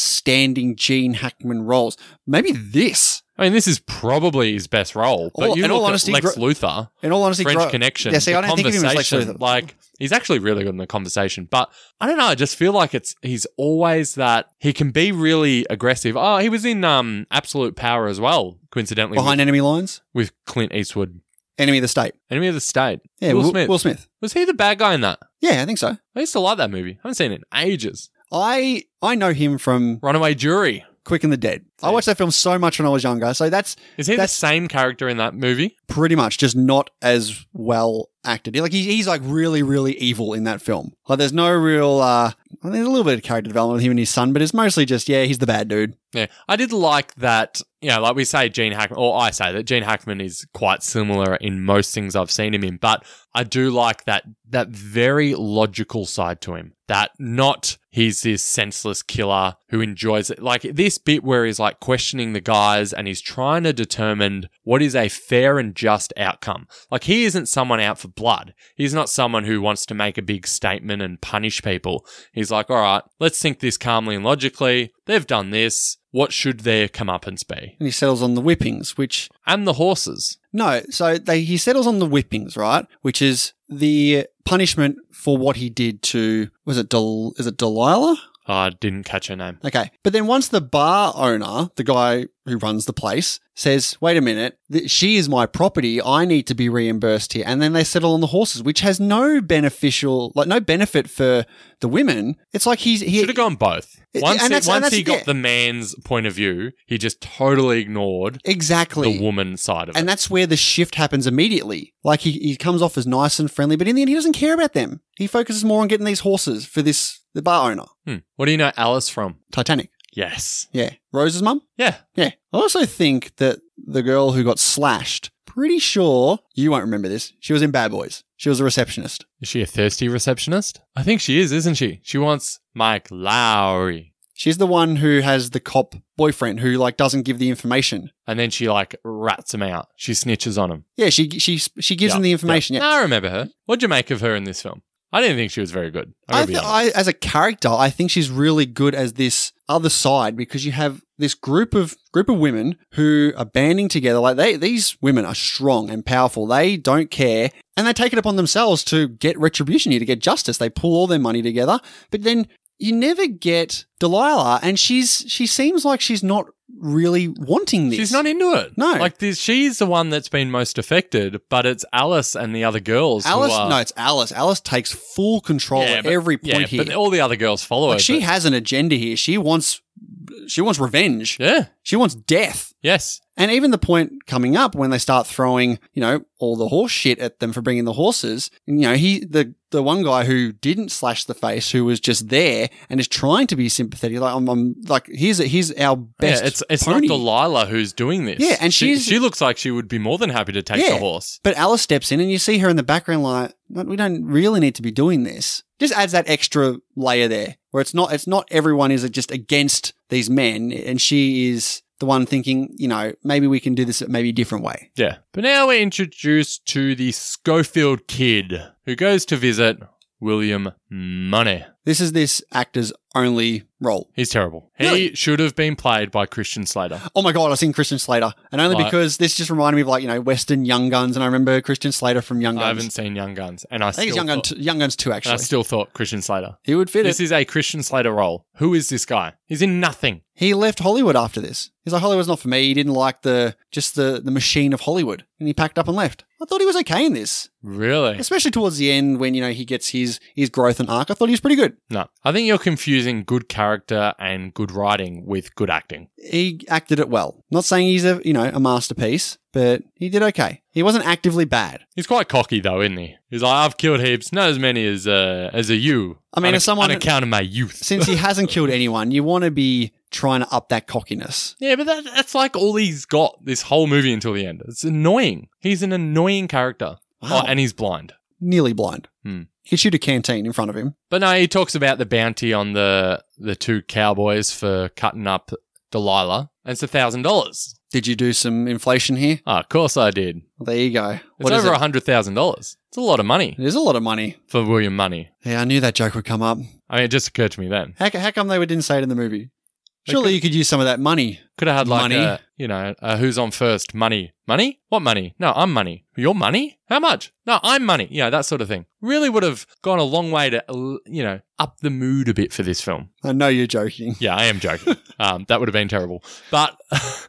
[SPEAKER 1] outstanding Gene Hackman roles. Maybe this.
[SPEAKER 2] I, mean, this is probably his best role. But
[SPEAKER 1] All-
[SPEAKER 2] you
[SPEAKER 1] in
[SPEAKER 2] look
[SPEAKER 1] all
[SPEAKER 2] at
[SPEAKER 1] honesty,
[SPEAKER 2] Lex
[SPEAKER 1] gro-
[SPEAKER 2] Luthor,
[SPEAKER 1] In all honesty,
[SPEAKER 2] French
[SPEAKER 1] gro-
[SPEAKER 2] Connection,
[SPEAKER 1] Yeah, see, I
[SPEAKER 2] The
[SPEAKER 1] don't think of him as Lex
[SPEAKER 2] Conversation,
[SPEAKER 1] Luthor.
[SPEAKER 2] Like he's actually really good in the conversation, but I don't know. I just feel like it's he's always that he can be really aggressive. Oh, he was in um Absolute Power as well, coincidentally
[SPEAKER 1] behind
[SPEAKER 2] with,
[SPEAKER 1] enemy lines,
[SPEAKER 2] with Clint Eastwood.
[SPEAKER 1] enemy of the state.
[SPEAKER 2] Enemy of the State.
[SPEAKER 1] Yeah,
[SPEAKER 2] Will Smith.
[SPEAKER 1] Will Smith.
[SPEAKER 2] was he the bad guy in that?
[SPEAKER 1] Yeah, I think so.
[SPEAKER 2] I used to like that movie. I haven't seen it in ages.
[SPEAKER 1] I I know him from
[SPEAKER 2] Runaway Jury.
[SPEAKER 1] Quick and the Dead. I watched that film so much when I was younger, so that's
[SPEAKER 2] Is he
[SPEAKER 1] That's-
[SPEAKER 2] the same character in that movie?
[SPEAKER 1] pretty much just not as well acted. Like he's, he's like really really evil in that film. Like there's no real. uh I mean, there's a little bit of character development with him and his son, but it's mostly just yeah, he's the bad dude.
[SPEAKER 2] Yeah. I did like that, you know, like we say Gene Hackman, or I say that Gene Hackman is quite similar in most things I've seen him in, but I do like that that very logical side to him. That not he's this senseless killer who enjoys it. Like this bit where he's like questioning the guys and he's trying to determine what is a fair and just outcome. Like he isn't someone out for blood. He's not someone who wants to make a big statement and punish people. He's like, all right, let's think this calmly and logically. They've done this. What should their comeuppance be?
[SPEAKER 1] And he settles on the whippings, which
[SPEAKER 2] And the horses.
[SPEAKER 1] no, so they he settles on the whippings, right? Which is the punishment for what he did to was it Del, is it Delilah?
[SPEAKER 2] Ah, I didn't catch her name.
[SPEAKER 1] Okay. But then once the bar owner, the guy who runs the place, says, wait a minute, th- she is my property. I need to be reimbursed here. And then they settle on the horses, which has no beneficial, like no benefit for the women. It's like he's, he,
[SPEAKER 2] Should have gone both.
[SPEAKER 1] Yeah,
[SPEAKER 2] Once,
[SPEAKER 1] and
[SPEAKER 2] he,
[SPEAKER 1] that's- and
[SPEAKER 2] once
[SPEAKER 1] that's-
[SPEAKER 2] he got
[SPEAKER 1] yeah.
[SPEAKER 2] the man's point of view, he just totally ignored
[SPEAKER 1] exactly.
[SPEAKER 2] the woman side of it.
[SPEAKER 1] And that's where the shift happens immediately. Like he, he comes off as nice and friendly, but in the end, he doesn't care about them. He focuses more on getting these horses for this, the bar owner,
[SPEAKER 2] Hmm. What do you know Alice from?
[SPEAKER 1] Titanic.
[SPEAKER 2] Yes.
[SPEAKER 1] Yeah. Rose's mum?
[SPEAKER 2] Yeah.
[SPEAKER 1] Yeah. I also think that the girl who got slashed, pretty sure you won't remember this. She was in Bad Boys. She was a receptionist.
[SPEAKER 2] Is she a thirsty receptionist? I think she is, isn't she? She wants Mike Lowry.
[SPEAKER 1] She's the one who has the cop boyfriend who like doesn't give the information.
[SPEAKER 2] And then she like rats him out. She snitches on him.
[SPEAKER 1] Yeah, she she she gives
[SPEAKER 2] Yeah,
[SPEAKER 1] him the information. Yeah.
[SPEAKER 2] No, I remember her. What'd you make of her in this film? I didn't think she was very good. I,
[SPEAKER 1] I,
[SPEAKER 2] gotta be
[SPEAKER 1] th-
[SPEAKER 2] honest.
[SPEAKER 1] I as a character, I think she's really good as this other side because you have this group of group of women who are banding together. Like they, these women are strong and powerful. They don't care, and they take it upon themselves to get retribution here, to get justice. They pull all their money together, but then you never get Delilah, and she's she seems like she's not really wanting this.
[SPEAKER 2] She's not into it.
[SPEAKER 1] No.
[SPEAKER 2] Like this, she's the one that's been most affected, but it's Alice and the other girls. who
[SPEAKER 1] Alice,
[SPEAKER 2] are-
[SPEAKER 1] no, it's Alice. Alice takes full control
[SPEAKER 2] Yeah,
[SPEAKER 1] at
[SPEAKER 2] but-
[SPEAKER 1] every point
[SPEAKER 2] yeah,
[SPEAKER 1] here.
[SPEAKER 2] But all the other girls follow
[SPEAKER 1] like
[SPEAKER 2] her.
[SPEAKER 1] she
[SPEAKER 2] but-
[SPEAKER 1] has an agenda here. She wants she wants revenge.
[SPEAKER 2] Yeah.
[SPEAKER 1] She wants death.
[SPEAKER 2] Yes.
[SPEAKER 1] And even the point coming up when they start throwing, you know, all the horse shit at them for bringing the horses. You know, he the the one guy who didn't slash the face, who was just there and is trying to be sympathetic, like I'm, I'm like here's here's our best.
[SPEAKER 2] yeah, it's it's
[SPEAKER 1] pony.
[SPEAKER 2] not Delilah who's doing this.
[SPEAKER 1] Yeah, and
[SPEAKER 2] she,
[SPEAKER 1] she's-
[SPEAKER 2] she looks like she would be more than happy to take
[SPEAKER 1] Yeah.
[SPEAKER 2] the horse.
[SPEAKER 1] But Alice steps in and you see her in the background like, "What, we don't really need to be doing this. Just adds that extra layer there where it's not it's not everyone is just against these men and she is the one thinking, you know, maybe we can do this maybe a different way.
[SPEAKER 2] Yeah. But now we're introduced to the Schofield kid who goes to visit William Money.
[SPEAKER 1] This is this actor's only role.
[SPEAKER 2] He's terrible. He
[SPEAKER 1] Really?
[SPEAKER 2] should have been played by Christian Slater.
[SPEAKER 1] Oh my god, I've seen Christian Slater. And only
[SPEAKER 2] Right.
[SPEAKER 1] because this just reminded me of like, you know, Western Young Guns and I remember Christian Slater from Young Guns.
[SPEAKER 2] I
[SPEAKER 1] I,
[SPEAKER 2] haven't seen Young Guns, and I,
[SPEAKER 1] think
[SPEAKER 2] still
[SPEAKER 1] it's Young, Gun
[SPEAKER 2] thought,
[SPEAKER 1] t- Young Guns 2
[SPEAKER 2] and I
[SPEAKER 1] actually.
[SPEAKER 2] still thought Christian Slater.
[SPEAKER 1] he would fit
[SPEAKER 2] This
[SPEAKER 1] it.
[SPEAKER 2] is a Christian Slater role. Who is this guy? He's in nothing.
[SPEAKER 1] he left Hollywood after this. He's like, Hollywood's not for me. He didn't like the just the the machine of Hollywood, and he packed up and left. I thought he was okay in this,
[SPEAKER 2] Really?
[SPEAKER 1] especially towards the end when you know he gets his his growth and arc. I thought he was pretty good.
[SPEAKER 2] No. I think you're confusing good character and good writing with good acting.
[SPEAKER 1] He acted it well. Not saying he's a you know a masterpiece, but he did okay. He wasn't actively bad.
[SPEAKER 2] He's quite cocky though, isn't he? He's like, I've killed heaps, not as many as uh, as a you.
[SPEAKER 1] I mean,
[SPEAKER 2] on
[SPEAKER 1] as someone-
[SPEAKER 2] on account of my youth.
[SPEAKER 1] Since he hasn't killed anyone, you want to be trying to up that cockiness.
[SPEAKER 2] yeah, but that, that's like all he's got this whole movie until the end. It's annoying. He's an annoying character.
[SPEAKER 1] Wow.
[SPEAKER 2] Oh, and he's blind.
[SPEAKER 1] Nearly blind.
[SPEAKER 2] Hmm.
[SPEAKER 1] He could shoot a canteen in front of him.
[SPEAKER 2] But no, he talks about the bounty on the the two cowboys for cutting up Delilah. And it's a thousand dollars.
[SPEAKER 1] Did you do some inflation here?
[SPEAKER 2] Ah, Of course I did. It's
[SPEAKER 1] There you go. What is
[SPEAKER 2] over a
[SPEAKER 1] it?
[SPEAKER 2] hundred thousand dollars. It's a lot of money
[SPEAKER 1] It is a lot of money.
[SPEAKER 2] for William Money.
[SPEAKER 1] Yeah, I knew that joke would come up.
[SPEAKER 2] I mean, it just occurred to me then.
[SPEAKER 1] How, how come they didn't say it in the movie?
[SPEAKER 2] They
[SPEAKER 1] Surely you could use some of that money.
[SPEAKER 2] Could have had like
[SPEAKER 1] Money.
[SPEAKER 2] a, you know, a who's on first money. Money? What money? No, I'm money. Your money? How much? No, I'm money. Yeah, that sort of thing. Really would have gone a long way to, uh, you know, up the mood a bit for this film.
[SPEAKER 1] I know you're joking.
[SPEAKER 2] Yeah, I am joking. um, that would have been terrible. But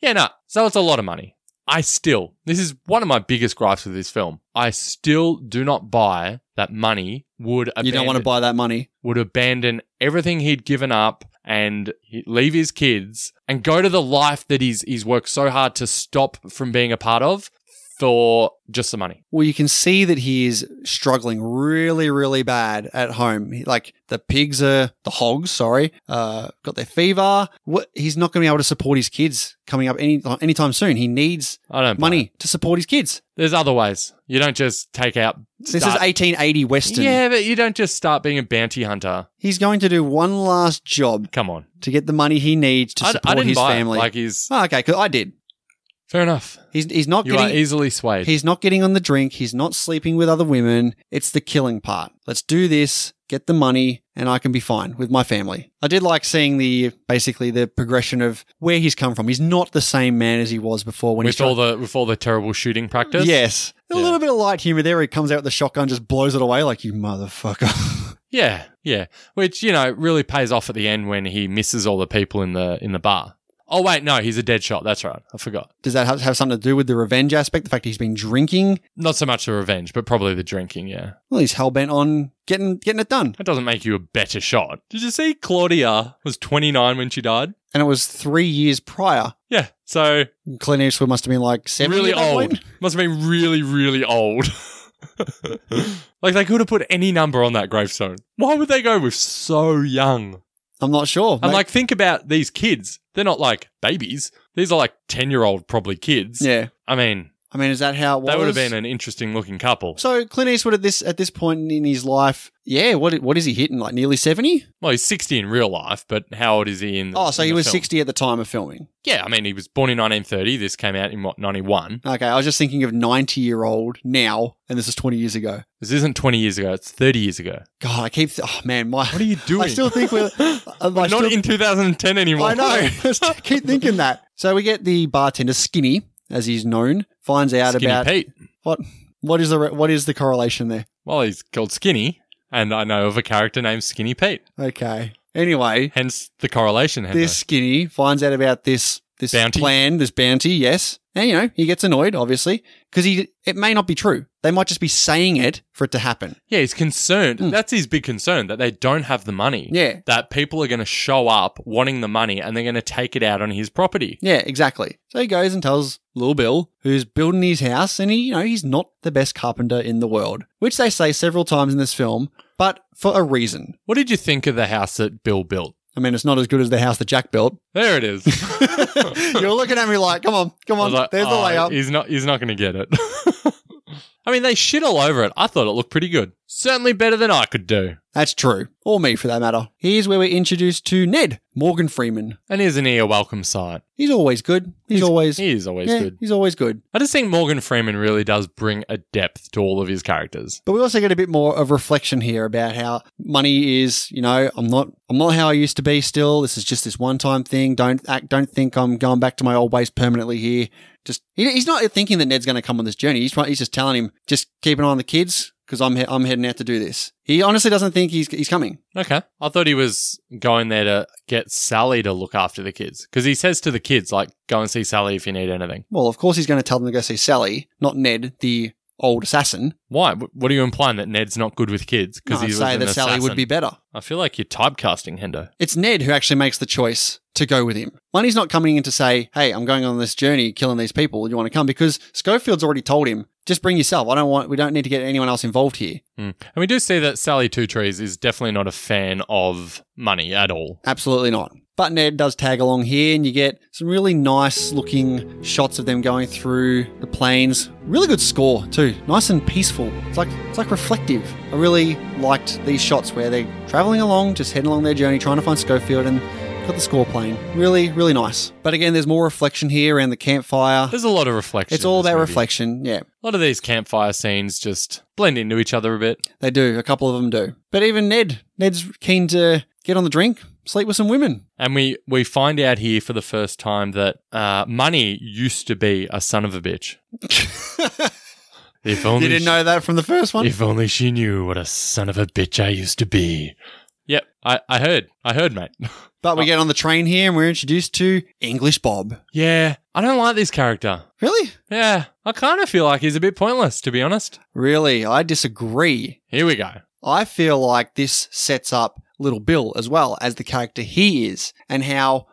[SPEAKER 2] yeah, no. So it's a lot of money. I still, this is one of my biggest gripes with this film. I still do not buy that money would abandon,
[SPEAKER 1] You don't want to buy that money.
[SPEAKER 2] would abandon everything he'd given up and he- leave his kids and go to the life that he's he's worked so hard to stop from being a part of for just the money.
[SPEAKER 1] Well, you can see that he is struggling really, really bad at home. He- Like the pigs are the hogs, sorry, uh, got their fever. What, he's not going to be able to support his kids coming up any anytime soon. He needs
[SPEAKER 2] I don't buy it.
[SPEAKER 1] money to support his kids.
[SPEAKER 2] There's other ways. You don't just take out.
[SPEAKER 1] This is
[SPEAKER 2] start-
[SPEAKER 1] 1880 Western.
[SPEAKER 2] Yeah, but you don't just start being a bounty hunter.
[SPEAKER 1] He's going to do one last job
[SPEAKER 2] Come on.
[SPEAKER 1] to get the money he needs to
[SPEAKER 2] I-
[SPEAKER 1] support
[SPEAKER 2] I, didn't
[SPEAKER 1] his
[SPEAKER 2] buy it.
[SPEAKER 1] family.
[SPEAKER 2] Like he's
[SPEAKER 1] oh, okay, 'cause I did.
[SPEAKER 2] fair enough.
[SPEAKER 1] He's, he's not
[SPEAKER 2] You
[SPEAKER 1] getting.
[SPEAKER 2] are easily swayed.
[SPEAKER 1] He's not getting on the drink. He's not sleeping with other women. It's the killing part. Let's do this. get the money, and I can be fine with my family. I did like seeing the basically the progression of where he's come from. He's not the same man as he was before when he's
[SPEAKER 2] with all the with all the terrible shooting practice.
[SPEAKER 1] Yes. A
[SPEAKER 2] Yeah.
[SPEAKER 1] little bit of light humor there. He comes out with the shotgun, just blows it away like you motherfucker.
[SPEAKER 2] Yeah, yeah. Which, you know, really pays off at the end when he misses all the people in the in the bar. Oh wait, no, he's a dead shot. That's right. I forgot.
[SPEAKER 1] Does that have, have something to do with the revenge aspect? The fact he's been drinking?
[SPEAKER 2] Not so much the revenge, but probably the drinking, yeah.
[SPEAKER 1] Well, he's hell bent on getting getting it done.
[SPEAKER 2] That doesn't make you a better shot. Did you see Claudia was 29 when she died?
[SPEAKER 1] And it was three years prior.
[SPEAKER 2] Yeah. So
[SPEAKER 1] Clint Eastwood must have been like 70
[SPEAKER 2] really
[SPEAKER 1] at that
[SPEAKER 2] old.
[SPEAKER 1] point.
[SPEAKER 2] Must have been really, really old. like they could have put any number on that gravestone. Why would they go with so young?
[SPEAKER 1] I'm not sure.
[SPEAKER 2] And
[SPEAKER 1] mate.
[SPEAKER 2] like think about these kids. They're not like babies. These are like 10-year-old probably kids.
[SPEAKER 1] yeah.
[SPEAKER 2] I mean,
[SPEAKER 1] I mean, is that how it was?
[SPEAKER 2] That would have been an interesting looking couple.
[SPEAKER 1] so Clint Eastwood at this at this point in his life, yeah. What what is he hitting? Like nearly seventy?
[SPEAKER 2] Well, he's 60 in real life, but how old is he in? The,
[SPEAKER 1] Oh, so
[SPEAKER 2] in
[SPEAKER 1] he
[SPEAKER 2] the
[SPEAKER 1] was
[SPEAKER 2] film?
[SPEAKER 1] sixty at the time of filming.
[SPEAKER 2] Yeah, I mean, he was born in 1930. This came out in what 91.
[SPEAKER 1] Okay, I was just thinking of ninety year old now, and this is twenty years ago.
[SPEAKER 2] This isn't 20 years ago. It's 30 years ago.
[SPEAKER 1] God, I keep. Th- oh man, my.
[SPEAKER 2] What are you doing?
[SPEAKER 1] I still think we're. I'm
[SPEAKER 2] We're not in 2010 anymore.
[SPEAKER 1] I know. Just keep thinking that. So we get the bartender Skinny, as he's known, finds out
[SPEAKER 2] Skinny
[SPEAKER 1] about
[SPEAKER 2] Pete.
[SPEAKER 1] what what is the re- what is the correlation there?
[SPEAKER 2] Well, he's called Skinny, and I know of a character named Skinny Pete.
[SPEAKER 1] Okay. Anyway,
[SPEAKER 2] Hence the correlation. Hendo.
[SPEAKER 1] this Skinny finds out about this this
[SPEAKER 2] Bounty.
[SPEAKER 1] plan, this bounty. Yes, and you know he gets annoyed, obviously, because he it may not be true. They might just be saying it for it to happen.
[SPEAKER 2] Yeah, he's concerned. That's his big concern that they don't have the money.
[SPEAKER 1] Hmm. Yeah.
[SPEAKER 2] That people are going to show up wanting the money and they're going to take it out on his property.
[SPEAKER 1] Yeah, exactly. So he goes and tells Lil Bill, who's building his house, and he, you know, he's not the best carpenter in the world, which they say several times in this film, but for a reason.
[SPEAKER 2] What did you think of the house that Bill built?
[SPEAKER 1] I mean, it's not as good as the house that Jack built.
[SPEAKER 2] There it is.
[SPEAKER 1] You're looking at me like, come on, come
[SPEAKER 2] I
[SPEAKER 1] on,
[SPEAKER 2] was like,
[SPEAKER 1] there's the
[SPEAKER 2] "Oh,
[SPEAKER 1] layup.
[SPEAKER 2] He's not. He's not going to get it. I mean, they shit all over it. I thought it looked pretty good. Certainly better than I could do.
[SPEAKER 1] That's true. Or me, for that matter. Here's where we're introduced to Ned, Morgan Freeman.
[SPEAKER 2] And isn't he a welcome sight?
[SPEAKER 1] He's always good. He's, always.
[SPEAKER 2] He is always
[SPEAKER 1] yeah,
[SPEAKER 2] good.
[SPEAKER 1] He's always good.
[SPEAKER 2] I just think Morgan Freeman really does bring a depth to all of his characters.
[SPEAKER 1] But we also get a bit more of reflection here about how money is, you know, I'm not I'm not how I used to be still. This is just this one time thing. Don't act don't think I'm going back to my old ways permanently here. Just he, he's not thinking that Ned's going to come on this journey. He's try- he's just telling him just keep an eye on the kids because I'm he- I'm heading out to do this. He honestly doesn't think he's he's coming.
[SPEAKER 2] Okay, I thought he was going there to get Sally to look after the kids because he says to the kids like, "Go and see Sally if you need anything."
[SPEAKER 1] Well, of course he's going to tell them to go see Sally, not Ned, the old assassin.
[SPEAKER 2] Why? Wh- What are you implying that Ned's not good with kids?
[SPEAKER 1] Because no,
[SPEAKER 2] he
[SPEAKER 1] I'd
[SPEAKER 2] was
[SPEAKER 1] say
[SPEAKER 2] an
[SPEAKER 1] that Sally would
[SPEAKER 2] assassin?
[SPEAKER 1] be better.
[SPEAKER 2] I feel like you're typecasting Hendo.
[SPEAKER 1] It's Ned who actually makes the choice to go with him. Money's not coming in to say, hey, I'm going on this journey killing these people. Do you want to come? Because Schofield's already told him, just bring yourself. I don't want, we don't need to get anyone else involved here.
[SPEAKER 2] Mm. And we do see that Sally Two Trees is definitely not a fan of money at all.
[SPEAKER 1] Absolutely not. But Ned does tag along here, and you get some really nice looking shots of them going through the plains. Really good score too, nice and peaceful. It's like it's like reflective. I really liked these shots where they're traveling along, just heading along their journey, trying to find Schofield, and got the score playing. Really, really nice. But again, there's more reflection here around the campfire.
[SPEAKER 2] There's a lot of reflection.
[SPEAKER 1] It's all
[SPEAKER 2] in this
[SPEAKER 1] about
[SPEAKER 2] movie.
[SPEAKER 1] reflection. Yeah,
[SPEAKER 2] A lot of these campfire scenes just blend into each other a bit.
[SPEAKER 1] they do. A couple of them do. But even Ned, Ned's keen to get on the drink, sleep with some women.
[SPEAKER 2] And we, we find out here for the first time that uh, money used to be a son of a bitch. If only
[SPEAKER 1] you didn't
[SPEAKER 2] she,
[SPEAKER 1] know that from the first one.
[SPEAKER 2] If only she knew what a son of a bitch I used to be. Yep, I, I heard. I heard, mate.
[SPEAKER 1] But we get on the train here and we're introduced to English Bob.
[SPEAKER 2] yeah, I don't like this character.
[SPEAKER 1] Really?
[SPEAKER 2] Yeah, I kind of feel like he's a bit pointless, to be honest.
[SPEAKER 1] Really, I disagree.
[SPEAKER 2] Here we go.
[SPEAKER 1] I feel like this sets up Little Bill as well as the character he is and how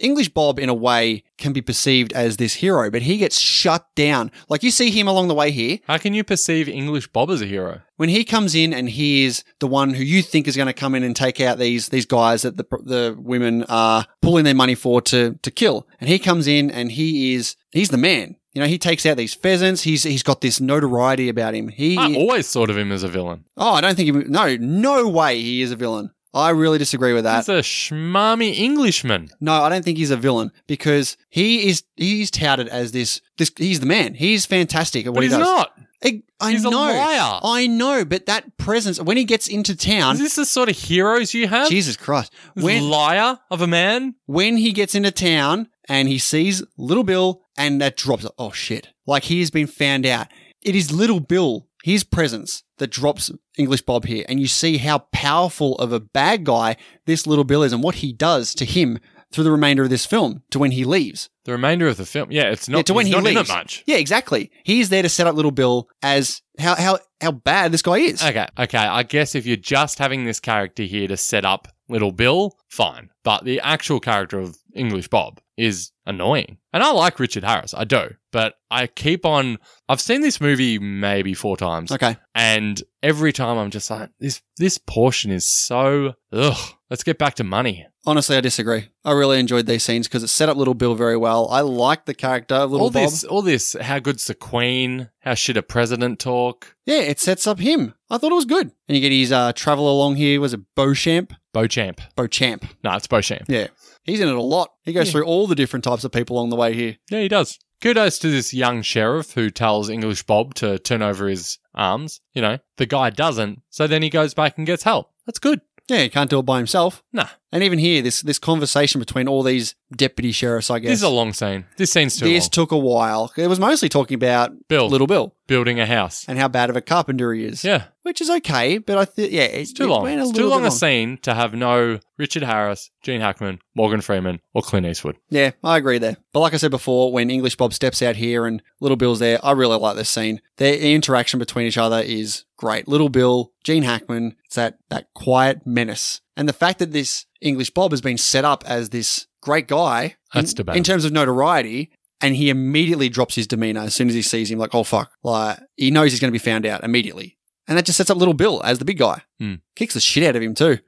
[SPEAKER 1] English Bob, in a way, can be perceived as this hero, but he gets shut down. Like you see him along the way here.
[SPEAKER 2] How can you perceive English Bob as a hero?
[SPEAKER 1] When he comes in and he is the one who you think is going to come in and take out these these guys that the, the women are pulling their money for to to kill, and he comes in and he is he's the man. You know, he takes out these pheasants. He's he's got this notoriety about him. He
[SPEAKER 2] I always thought of him as a villain.
[SPEAKER 1] oh, I don't think he, no no way he is a villain. I really disagree with that.
[SPEAKER 2] He's a schmarmy Englishman.
[SPEAKER 1] No, I don't think he's a villain because he is he's touted as this this he's the man. He's fantastic at what
[SPEAKER 2] But
[SPEAKER 1] he
[SPEAKER 2] he's
[SPEAKER 1] does.
[SPEAKER 2] not.
[SPEAKER 1] I, I
[SPEAKER 2] He's a
[SPEAKER 1] know.
[SPEAKER 2] liar.
[SPEAKER 1] I know, but that presence when he gets into town,
[SPEAKER 2] Is this the sort of heroes you have?
[SPEAKER 1] Jesus Christ.
[SPEAKER 2] This
[SPEAKER 1] When
[SPEAKER 2] liar of a man.
[SPEAKER 1] when he gets into town and he sees Little Bill and that drops oh shit. Like he has been found out. It is Little Bill, his presence, that drops English Bob here. And you see how powerful of a bad guy this Little Bill is and what he does to him through the remainder of this film to when he leaves.
[SPEAKER 2] The remainder of the film. Yeah, it's not.
[SPEAKER 1] yeah, to when
[SPEAKER 2] he's
[SPEAKER 1] he
[SPEAKER 2] not in
[SPEAKER 1] leaves.
[SPEAKER 2] it much.
[SPEAKER 1] Yeah, exactly. He's there to set up Little Bill as how how how bad this guy is.
[SPEAKER 2] Okay, okay. I guess if you're just having this character here to set up Little Bill, fine. But the actual character of English Bob is annoying. And I like Richard Harris, I do. But I keep on. I've seen this movie maybe four times.
[SPEAKER 1] Okay.
[SPEAKER 2] And every time I'm just like, this this portion is so ugh. Let's get back to money.
[SPEAKER 1] Honestly, I disagree. I really enjoyed these scenes because it set up Little Bill very well. I like the character of Little
[SPEAKER 2] all
[SPEAKER 1] Bob.
[SPEAKER 2] this, all this. How good's the Queen? How should a president talk?
[SPEAKER 1] Yeah, it sets up him. I thought it was good. And you get his uh, travel along here. Was it Beauchamp?
[SPEAKER 2] Beauchamp.
[SPEAKER 1] Beauchamp.
[SPEAKER 2] No, it's Beauchamp.
[SPEAKER 1] Yeah. He's in it a lot. He goes
[SPEAKER 2] Yeah.
[SPEAKER 1] through all the different types of people along the way here.
[SPEAKER 2] Yeah, he does. Kudos to this young sheriff who tells English Bob to turn over his arms. You know, the guy doesn't, so then he goes back and gets help. That's good.
[SPEAKER 1] Yeah, he can't do it by himself.
[SPEAKER 2] Nah,
[SPEAKER 1] And even here, this this conversation between all these deputy sheriffs, I guess.
[SPEAKER 2] this is a long scene. This scene's too
[SPEAKER 1] This
[SPEAKER 2] long.
[SPEAKER 1] took a while. It was mostly talking about
[SPEAKER 2] Bill
[SPEAKER 1] Little Bill
[SPEAKER 2] building a house.
[SPEAKER 1] and how bad of a carpenter he is.
[SPEAKER 2] Yeah,
[SPEAKER 1] Which is okay, but I think, yeah, it's
[SPEAKER 2] it's too long.
[SPEAKER 1] Went a
[SPEAKER 2] It's
[SPEAKER 1] little
[SPEAKER 2] too
[SPEAKER 1] bit
[SPEAKER 2] long a scene to have no Richard Harris, Gene Hackman, Morgan Freeman, or Clint Eastwood.
[SPEAKER 1] Yeah, I agree there. But like I said before, when English Bob steps out here and Little Bill's there, I really like this scene. Their interaction between each other is great. Little Bill, Gene Hackman, it's that, that quiet menace. And the fact that this English Bob has been set up as this great guy
[SPEAKER 2] That's
[SPEAKER 1] in,
[SPEAKER 2] debatable.
[SPEAKER 1] in terms of notoriety, and he immediately drops his demeanor as soon as he sees him, like, oh fuck. Like, he knows he's going to be found out immediately. And that just sets up Little Bill as the big guy.
[SPEAKER 2] Hmm.
[SPEAKER 1] Kicks the shit out of him, too.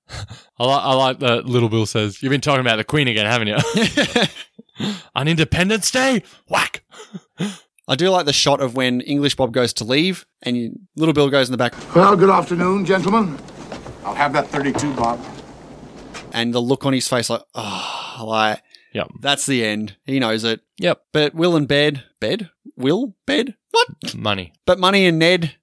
[SPEAKER 2] I, li- I like that Little Bill says, You've been talking about the Queen again, haven't you? On Independence Day? Whack!
[SPEAKER 1] I do like the shot of when English Bob goes to leave and you, Little Bill goes in the back
[SPEAKER 5] Well, good afternoon, gentlemen. I'll have that 32, Bob.
[SPEAKER 1] and the look on his face like, oh, like
[SPEAKER 2] Yep.
[SPEAKER 1] that's the end. He knows it.
[SPEAKER 2] Yep.
[SPEAKER 1] But Will and Bed, Bed, Will, Bed, what?
[SPEAKER 2] Money.
[SPEAKER 1] But Money and Ned,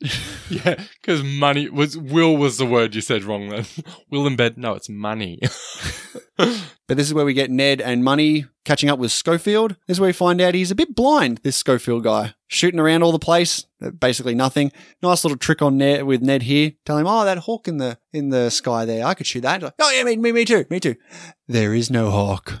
[SPEAKER 2] Yeah, because money was will was the word you said wrong then. Will in bed? No, it's money.
[SPEAKER 1] but this is where we get Ned and Money catching up with Schofield. This is where we find out he's a bit blind. This Schofield guy shooting around all the place, uh, basically nothing. Nice little trick on Ned with Ned here, telling him, oh, that hawk in the in the sky there, I could shoot that. Like, oh yeah, me, me, me too, me too. There is no hawk.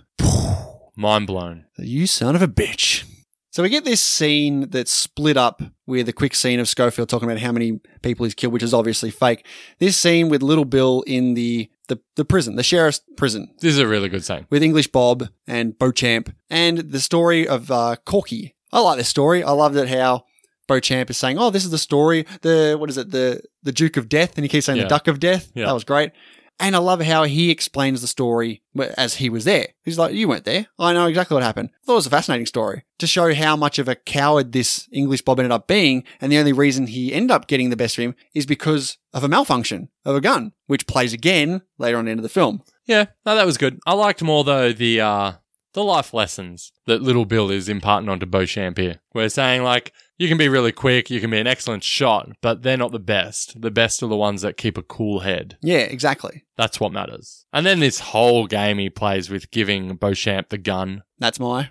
[SPEAKER 2] Mind blown.
[SPEAKER 1] You son of a bitch. So we get this scene that's split up with a quick scene of Schofield talking about how many people he's killed, which is obviously fake. This scene with Little Bill in the the, the prison, the sheriff's prison,
[SPEAKER 2] This is a really good saying.
[SPEAKER 1] with English Bob and Beauchamp, and the story of uh, Corky. I like this story. I love that how Beauchamp is saying, "Oh, this is the story. The what is it? The the Duke of Death," and he keeps saying
[SPEAKER 2] Yeah.
[SPEAKER 1] the Duck of Death.
[SPEAKER 2] Yeah.
[SPEAKER 1] That was great. And I love how he explains the story wh- as he was there. He's like, "You weren't there. I know exactly what happened." I thought it was a fascinating story to show how much of a coward this English Bob ended up being, and the only reason he ended up getting the best of him is because of a malfunction of a gun, which plays again later on into the film.
[SPEAKER 2] Yeah, no, that was good. I liked more though the uh the life lessons that little Bill is imparting onto Beauchamp here. We're saying like you can be really quick, you can be an excellent shot, but they're not the best. The best are the ones that keep a cool head.
[SPEAKER 1] Yeah, exactly.
[SPEAKER 2] That's what matters. And then this whole game he plays with giving Beauchamp the gun.
[SPEAKER 1] That's my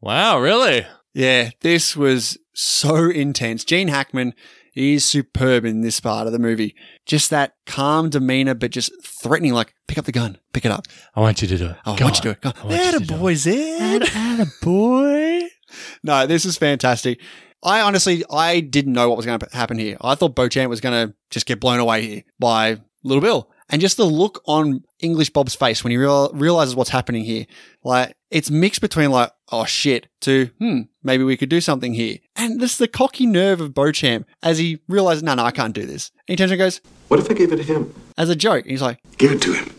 [SPEAKER 2] Wow, really?
[SPEAKER 1] Yeah, this was so intense. Gene Hackman is superb in this part of the movie. Just that calm demeanor, but just threatening, like, pick up the gun, pick it up.
[SPEAKER 2] I want you to do it.
[SPEAKER 1] Oh, I want
[SPEAKER 2] Go
[SPEAKER 1] you
[SPEAKER 2] on.
[SPEAKER 1] to do it. Go
[SPEAKER 2] I
[SPEAKER 1] on.
[SPEAKER 2] want you to
[SPEAKER 1] Atta
[SPEAKER 2] do it.
[SPEAKER 1] boy, Zed. boy. No, this is fantastic. I honestly, I didn't know what was going to happen here. I thought Beauchamp was going to just get blown away here by Little Bill. And just the look on English Bob's face when he real- realizes what's happening here, like it's mixed between like, oh shit, to hmm, maybe we could do something here. And this is the cocky nerve of Beauchamp as he realizes, no, no, I can't do this. And he turns and goes,
[SPEAKER 7] What if I gave it to him?
[SPEAKER 1] as a joke, and he's like,
[SPEAKER 7] Give it to him.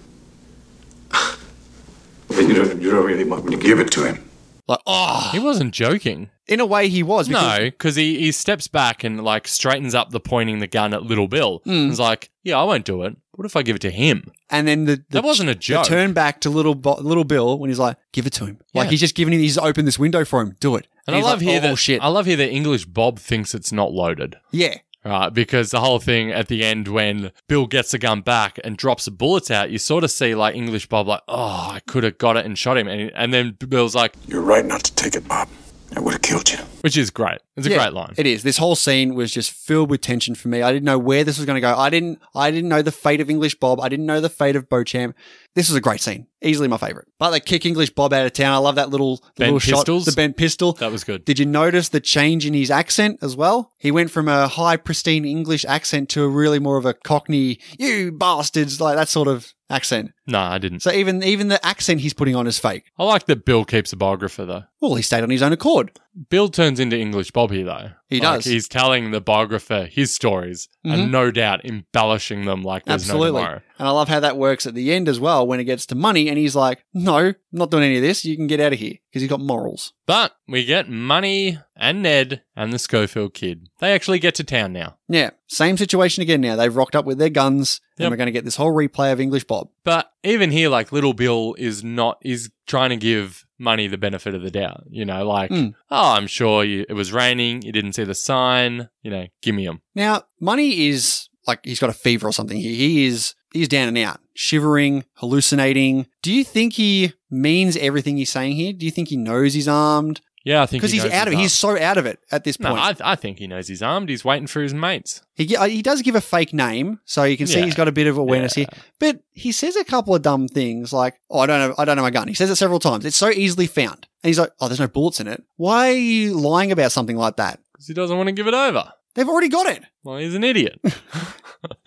[SPEAKER 7] you, don't, you don't really want me to give it to him.
[SPEAKER 1] Like, oh,
[SPEAKER 2] He wasn't joking.
[SPEAKER 1] in a way he was.
[SPEAKER 2] No,
[SPEAKER 1] because-
[SPEAKER 2] because he, he steps back and like straightens up the pointing the gun at Little Bill.
[SPEAKER 1] Hmm.
[SPEAKER 2] He's like, yeah, I won't do it. What if I give it to him?
[SPEAKER 1] And then the, the
[SPEAKER 2] That wasn't a joke.
[SPEAKER 1] The turn back to little Bo- little Bill when he's like, give it to him. Like
[SPEAKER 2] Yeah.
[SPEAKER 1] he's just giving him. He's opened this window for him. Do it.
[SPEAKER 2] And I
[SPEAKER 1] he's
[SPEAKER 2] love
[SPEAKER 1] like,
[SPEAKER 2] here
[SPEAKER 1] oh,
[SPEAKER 2] that
[SPEAKER 1] shit.
[SPEAKER 2] I love here that English Bob thinks it's not loaded.
[SPEAKER 1] yeah.
[SPEAKER 2] Right, because the whole thing at the end when Bill gets the gun back and drops the bullets out, you sort of see like English Bob like, oh, I could have got it and shot him, and and then Bill's like,
[SPEAKER 7] You're right not to take it, Bob. I would have killed you.
[SPEAKER 2] which is great. It's a
[SPEAKER 1] Yeah,
[SPEAKER 2] great line.
[SPEAKER 1] It is. This whole scene was just filled with tension for me. I didn't know where this was going to go. I didn't. I didn't know the fate of English Bob. I didn't know the fate of Beauchamp. This was a great scene. Easily my favorite. But they kick English Bob out of town. I love that little the
[SPEAKER 2] Bent
[SPEAKER 1] little
[SPEAKER 2] pistols?
[SPEAKER 1] shot. The bent pistol.
[SPEAKER 2] That was good.
[SPEAKER 1] Did you notice the change in his accent as well? He went from a high, pristine English accent to a really more of a Cockney "you bastards" like that sort of accent.
[SPEAKER 2] No, I didn't.
[SPEAKER 1] So even even the accent he's putting on is fake.
[SPEAKER 2] I like that Bill keeps a biographer though.
[SPEAKER 1] Well, he stayed on his own accord.
[SPEAKER 2] Bill turns into English Bob here though.
[SPEAKER 1] He
[SPEAKER 2] Like,
[SPEAKER 1] does. Mm-hmm.
[SPEAKER 2] He's telling the biographer his stories and no doubt embellishing them like there's
[SPEAKER 1] Absolutely.
[SPEAKER 2] no tomorrow.
[SPEAKER 1] And I love how that works at the end as well when it gets to money and he's like, no, I'm not doing any of this. You can get out of here because he's got morals.
[SPEAKER 2] But we get Money and Ned and the Schofield kid. They actually get to town now.
[SPEAKER 1] Yeah, same situation again now. They've rocked up with their guns
[SPEAKER 2] Yep.
[SPEAKER 1] and we're going to get this whole replay of English Bob.
[SPEAKER 2] But even here, like little Bill is not is trying to give money the benefit of the doubt. You know, like
[SPEAKER 1] Mm.
[SPEAKER 2] oh, I'm sure you, it was raining. You didn't see the sign. You know, give me them.
[SPEAKER 1] Now, money is like he's got a fever or something. He, he is he's down and out, shivering, hallucinating. Do you think he means everything he's saying here? Do you think he knows he's armed?
[SPEAKER 2] Yeah, I think
[SPEAKER 1] Because
[SPEAKER 2] he
[SPEAKER 1] he's
[SPEAKER 2] knows
[SPEAKER 1] out of it.
[SPEAKER 2] armed.
[SPEAKER 1] He's so out of it at this
[SPEAKER 2] no,
[SPEAKER 1] point.
[SPEAKER 2] I, I think he knows he's armed. He's waiting for his mates.
[SPEAKER 1] He gi- uh, he does give a fake name, so you can see
[SPEAKER 2] Yeah.
[SPEAKER 1] he's got a bit of awareness here. But he says a couple of dumb things like, "Oh, I don't know, I don't know my gun." He says it several times. It's so easily found, and he's like, "Oh, there's no bullets in it. Why are you lying about something like that?
[SPEAKER 2] 'Cause he doesn't want to give it over.
[SPEAKER 1] They've already got it."
[SPEAKER 2] Well, he's an idiot.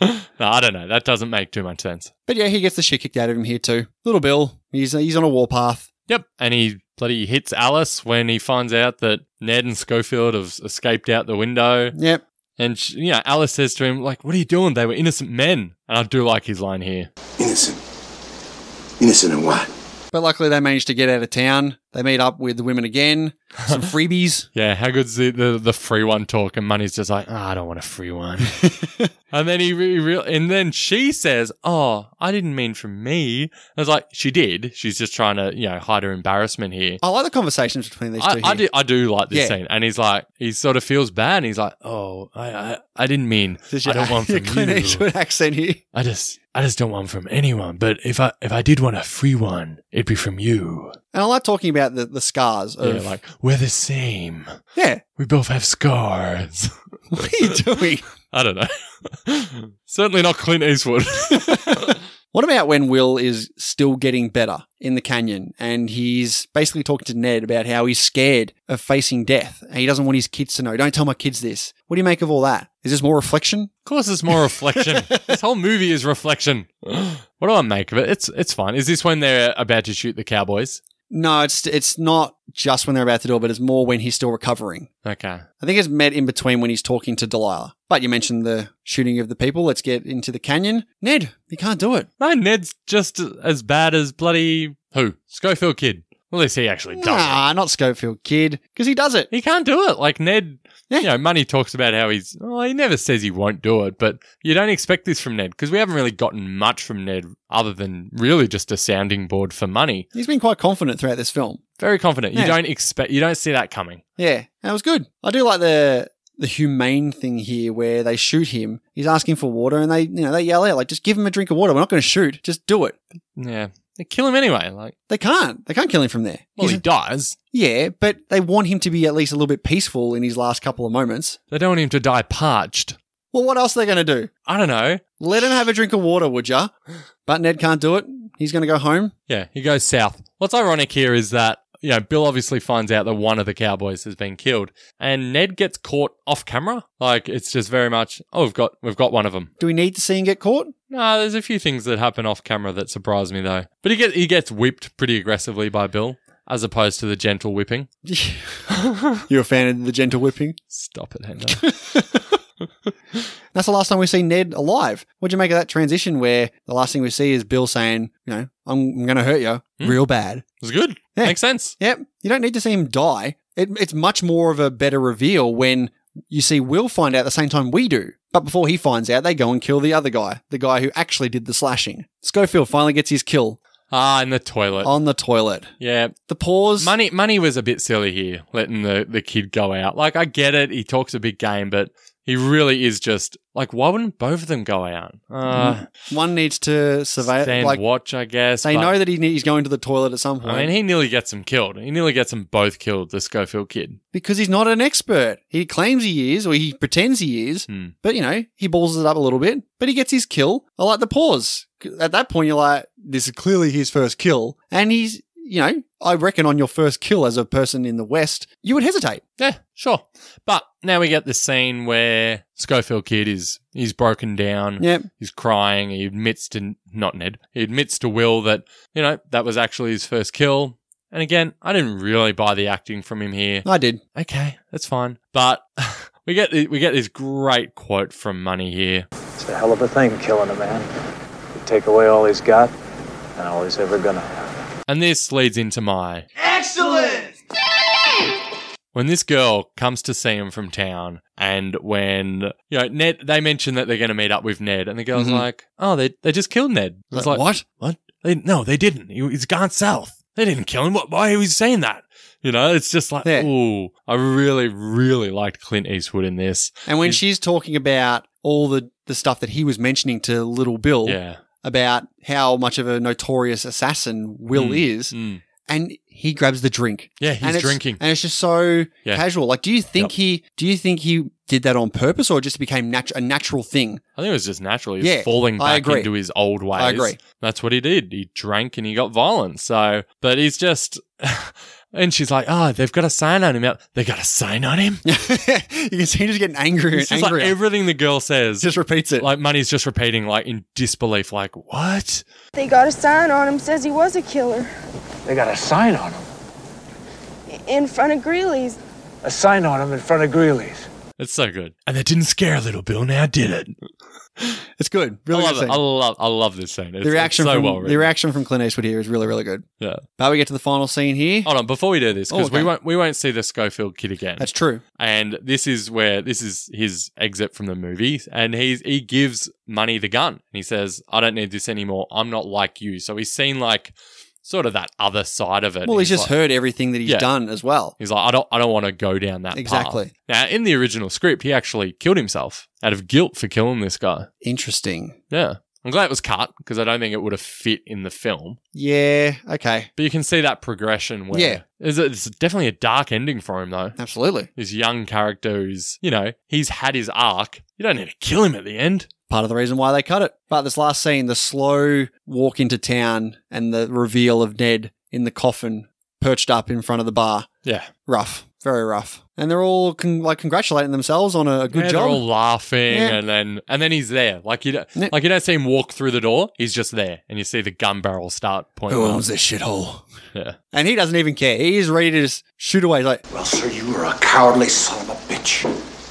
[SPEAKER 2] no, I don't know. That doesn't make too much sense.
[SPEAKER 1] But yeah, he gets the shit kicked out of him here too. Little Bill, he's he's on a warpath.
[SPEAKER 2] Yep. And he bloody hits Alice when he finds out that Ned and Schofield have escaped out the window.
[SPEAKER 1] Yep.
[SPEAKER 2] And she, you know, Alice says to him, like, "What are you doing? They were innocent men." And I do like his line here.
[SPEAKER 7] Innocent. Innocent in what?
[SPEAKER 1] But luckily, they manage to get out of town. They meet up with the women again, some freebies.
[SPEAKER 2] Yeah, how good's the, the, the free one talk? And Money's just like, oh, I don't want a free one. and then he re- re- and then she says, "Oh, I didn't mean for me." I was like, "She did. She's just trying to, you know, hide her embarrassment here."
[SPEAKER 1] I like the conversations between these two.
[SPEAKER 2] I, I
[SPEAKER 1] here.
[SPEAKER 2] do, I do like this
[SPEAKER 1] Yeah.
[SPEAKER 2] scene, and he's like, he sort of feels bad, and he's like, "Oh, I, I, I didn't mean.
[SPEAKER 1] This is
[SPEAKER 2] I
[SPEAKER 1] your-
[SPEAKER 2] don't want
[SPEAKER 1] your
[SPEAKER 2] from
[SPEAKER 1] Clint
[SPEAKER 2] you.
[SPEAKER 1] Eastwood accent here.
[SPEAKER 2] I just I just don't want from anyone. But if I if I did want a free one, it'd be from you.
[SPEAKER 1] And I like talking about the, the scars
[SPEAKER 2] Yeah,
[SPEAKER 1] of
[SPEAKER 2] like we're the same.
[SPEAKER 1] yeah.
[SPEAKER 2] We both have scars.
[SPEAKER 1] What are you doing?
[SPEAKER 2] I don't know. Certainly not Clint Eastwood.
[SPEAKER 1] What about when Will is still getting better in the canyon and he's basically talking to Ned about how he's scared of facing death and he doesn't want his kids to know. Don't tell my kids this. What do you make of all that? Is this more reflection?
[SPEAKER 2] of course, it's more reflection. this whole movie is reflection. What do I make of it? It's it's fine. Is this when they're about to shoot the cowboys?
[SPEAKER 1] No, it's it's not just when they're about to do it, but it's more when he's still recovering.
[SPEAKER 2] Okay.
[SPEAKER 1] I think it's met in between when he's talking to Delilah. But you mentioned the shooting of the people. Let's get into the canyon. Ned, you can't do it.
[SPEAKER 2] No, Ned's just as bad as bloody who Schofield kid. Well, at least he actually does. it.
[SPEAKER 1] Nah, not Schofield, kid, because he does it.
[SPEAKER 2] He can't do it. Like Ned,
[SPEAKER 1] Yeah.
[SPEAKER 2] you know, Money talks about how he's. Well, he never says he won't do it, but you don't expect this from Ned because we haven't really gotten much from Ned other than really just a sounding board for Money.
[SPEAKER 1] He's been quite confident throughout this film.
[SPEAKER 2] Very confident. You
[SPEAKER 1] Yeah.
[SPEAKER 2] don't expect. You don't see that coming.
[SPEAKER 1] Yeah, that was good. I do like the the humane thing here where they shoot him. He's asking for water and they you know they yell out like just give him a drink of water. We're not going to shoot. Just do it.
[SPEAKER 2] Yeah, they kill him anyway. Like,
[SPEAKER 1] They can't. They can't kill him from there.
[SPEAKER 2] well, he
[SPEAKER 1] He's-
[SPEAKER 2] dies.
[SPEAKER 1] yeah, but they want him to be at least a little bit peaceful in his last couple of moments.
[SPEAKER 2] They don't want him to die parched.
[SPEAKER 1] Well, what else are they going to do?
[SPEAKER 2] I don't know.
[SPEAKER 1] Let him have a drink of water, would ya? But Ned can't do it. He's going to go home.
[SPEAKER 2] Yeah, he goes south. What's ironic here is that, you know, Bill obviously finds out that one of the cowboys has been killed and Ned gets caught off camera. Like it's just very much, oh, we've got we've got one of them.
[SPEAKER 1] Do we need to see him get caught?
[SPEAKER 2] No, there's a few things that happen off camera that surprise me though. But he gets he gets whipped pretty aggressively by Bill as opposed to the gentle whipping.
[SPEAKER 1] You're a fan of the gentle whipping.
[SPEAKER 2] Stop it, Hendo.
[SPEAKER 1] That's the last time we see Ned alive. What'd you make of that transition where the last thing we see is Bill saying, you know, I'm, I'm going to hurt you
[SPEAKER 2] Hmm.
[SPEAKER 1] real bad?
[SPEAKER 2] It was good.
[SPEAKER 1] Yeah.
[SPEAKER 2] Makes sense.
[SPEAKER 1] Yep. You don't need to see him die. It, it's much more of a better reveal when you see Will find out at the same time we do. But before he finds out, they go and kill the other guy, the guy who actually did the slashing. Schofield finally gets his kill
[SPEAKER 2] Ah, in the toilet.
[SPEAKER 1] on the toilet.
[SPEAKER 2] yeah,
[SPEAKER 1] The pause.
[SPEAKER 2] money money was a bit silly here, letting the, the kid go out. Like I get it, he talks a big game, but he really is just like, why wouldn't both of them go out? Uh,
[SPEAKER 1] One needs Mm, to survey
[SPEAKER 2] stand
[SPEAKER 1] it. Like,
[SPEAKER 2] watch, I guess.
[SPEAKER 1] they
[SPEAKER 2] but-
[SPEAKER 1] know that he, he's going to the toilet at some point.
[SPEAKER 2] I mean, he nearly gets them killed. He nearly gets them both killed. The Schofield kid.
[SPEAKER 1] because he's not an expert. He claims he is, or he pretends he is,
[SPEAKER 2] Hmm.
[SPEAKER 1] but you know, he balls it up a little bit, but he gets his kill. I like the pause. At that point, you're like, this is clearly his first kill. And he's, you know, I reckon on your first kill as a person in the West, you would hesitate.
[SPEAKER 2] Yeah, sure. But now we get this scene where Schofield kid is he's broken down.
[SPEAKER 1] Yeah.
[SPEAKER 2] He's crying. He admits to not Ned. He admits to Will that you know that was actually his first kill. And again, I didn't really buy the acting from him here.
[SPEAKER 1] I did.
[SPEAKER 2] Okay, that's fine. But we get we get this great quote from Money here.
[SPEAKER 8] It's a hell of a thing killing a man. You take away all he's got, and all he's ever gonna have.
[SPEAKER 2] And this leads into my.
[SPEAKER 6] Excellent!
[SPEAKER 2] When this girl comes to see him from town, and when, you know, Ned, they mention that they're going to meet up with Ned, and the girl's
[SPEAKER 1] Mhm.
[SPEAKER 2] like, oh, they, they just killed Ned. It's like,
[SPEAKER 1] what?
[SPEAKER 2] What? They, no, they didn't. He, he's gone south. They didn't kill him. What, why are you saying that? You know, it's just like,
[SPEAKER 1] Yeah.
[SPEAKER 2] ooh, I really, really liked Clint Eastwood in this.
[SPEAKER 1] And when
[SPEAKER 2] He's-
[SPEAKER 1] she's talking about all the, the stuff that he was mentioning to little Bill
[SPEAKER 2] Yeah.
[SPEAKER 1] about how much of a notorious assassin Will
[SPEAKER 2] Hmm.
[SPEAKER 1] is,
[SPEAKER 2] Mm.
[SPEAKER 1] and he grabs the drink.
[SPEAKER 2] Yeah, he's
[SPEAKER 1] and it's-
[SPEAKER 2] drinking.
[SPEAKER 1] and it's just so
[SPEAKER 2] Yeah.
[SPEAKER 1] casual. Like, do you think
[SPEAKER 2] Yep.
[SPEAKER 1] he? Do you think he did that on purpose, or it just became natu- a natural thing?
[SPEAKER 2] I think it was just natural. He was
[SPEAKER 1] Yeah,
[SPEAKER 2] falling
[SPEAKER 1] I
[SPEAKER 2] back
[SPEAKER 1] agree.
[SPEAKER 2] into his old ways.
[SPEAKER 1] I agree.
[SPEAKER 2] That's what he did. He drank and he got violent. So, but he's just. And she's like, oh, they've got a sign on him. out. They got a sign on him?
[SPEAKER 1] you can see him just getting angrier
[SPEAKER 2] It's
[SPEAKER 1] and
[SPEAKER 2] just like
[SPEAKER 1] angrier.
[SPEAKER 2] everything the girl
[SPEAKER 1] It
[SPEAKER 2] says.
[SPEAKER 1] just repeats it.
[SPEAKER 2] Like, money's just repeating, like, in disbelief, like, what?
[SPEAKER 9] They got a sign on him says he was a killer
[SPEAKER 8] They got a sign on him.
[SPEAKER 9] in front of Greeley's.
[SPEAKER 8] A sign on him in front of Greeley's.
[SPEAKER 2] It's so good. And that didn't scare little Bill now, did it?
[SPEAKER 1] it's good. Really
[SPEAKER 2] I
[SPEAKER 1] good
[SPEAKER 2] love it.
[SPEAKER 1] scene.
[SPEAKER 2] I love, I love this scene. It's,
[SPEAKER 1] the reaction
[SPEAKER 2] it's so
[SPEAKER 1] from
[SPEAKER 2] well
[SPEAKER 1] the
[SPEAKER 2] written.
[SPEAKER 1] reaction from Clint Eastwood here is really really good.
[SPEAKER 2] yeah.
[SPEAKER 1] But we get to the final scene here.
[SPEAKER 2] Hold on, before we do this,
[SPEAKER 1] Oh,
[SPEAKER 2] because
[SPEAKER 1] okay.
[SPEAKER 2] we won't we won't see the Schofield kid again.
[SPEAKER 1] That's true.
[SPEAKER 2] and this is where this is his exit from the movie and he's he gives money the gun and he says i don't need this anymore i'm not like you so he's seen like sort of that other side of it
[SPEAKER 1] Well, he's, just
[SPEAKER 2] like,
[SPEAKER 1] heard everything that he's
[SPEAKER 2] Yeah.
[SPEAKER 1] done as well.
[SPEAKER 2] he's like i don't i don't want to go down that path."
[SPEAKER 1] Exactly.
[SPEAKER 2] now in the original script he actually killed himself out of guilt for killing this guy
[SPEAKER 1] Interesting.
[SPEAKER 2] yeah i'm glad it was cut because i don't think it would have fit in the film
[SPEAKER 1] Yeah. Okay.
[SPEAKER 2] but you can see that progression where
[SPEAKER 1] Yeah.
[SPEAKER 2] it's, it's definitely a dark ending for him though
[SPEAKER 1] Absolutely.
[SPEAKER 2] this young character who's, you know, he's had his arc. You don't need to kill him at the end.
[SPEAKER 1] Part of the reason why they cut it. But this last scene, the slow walk into town and the reveal of Ned in the coffin perched up in front of the bar.
[SPEAKER 2] Yeah.
[SPEAKER 1] rough, very rough. And they're all con- like congratulating themselves on a good
[SPEAKER 2] yeah,
[SPEAKER 1] job.
[SPEAKER 2] They're all laughing
[SPEAKER 1] Yeah.
[SPEAKER 2] and then and then he's there. Like you don't
[SPEAKER 1] Yeah.
[SPEAKER 2] like you don't see him walk through the door, he's just there. And you see the gun barrel start pointing.
[SPEAKER 1] Who
[SPEAKER 2] up.
[SPEAKER 1] owns this shithole?
[SPEAKER 2] Yeah.
[SPEAKER 1] And he doesn't even care. He is ready to just shoot away. He's like,
[SPEAKER 7] Well, sir, you are a cowardly son of a bitch.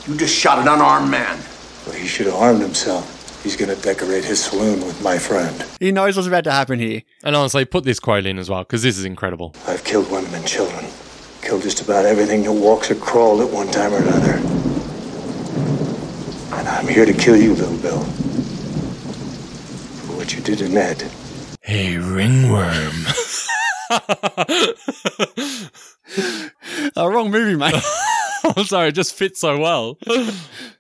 [SPEAKER 7] You just shot an unarmed man.
[SPEAKER 8] Well, he should have harmed himself. He's gonna decorate his saloon with my friend.
[SPEAKER 1] he knows what's about to happen here.
[SPEAKER 2] And honestly, put this quote in as well, because this is incredible.
[SPEAKER 8] I've killed women and children. Killed just about everything that walks or crawled at one time or another. And I'm here to kill you, little Bill. For what you did to Ned.
[SPEAKER 2] Hey, ringworm.
[SPEAKER 1] Oh, wrong movie, mate.
[SPEAKER 2] I'm sorry, it just fits so well.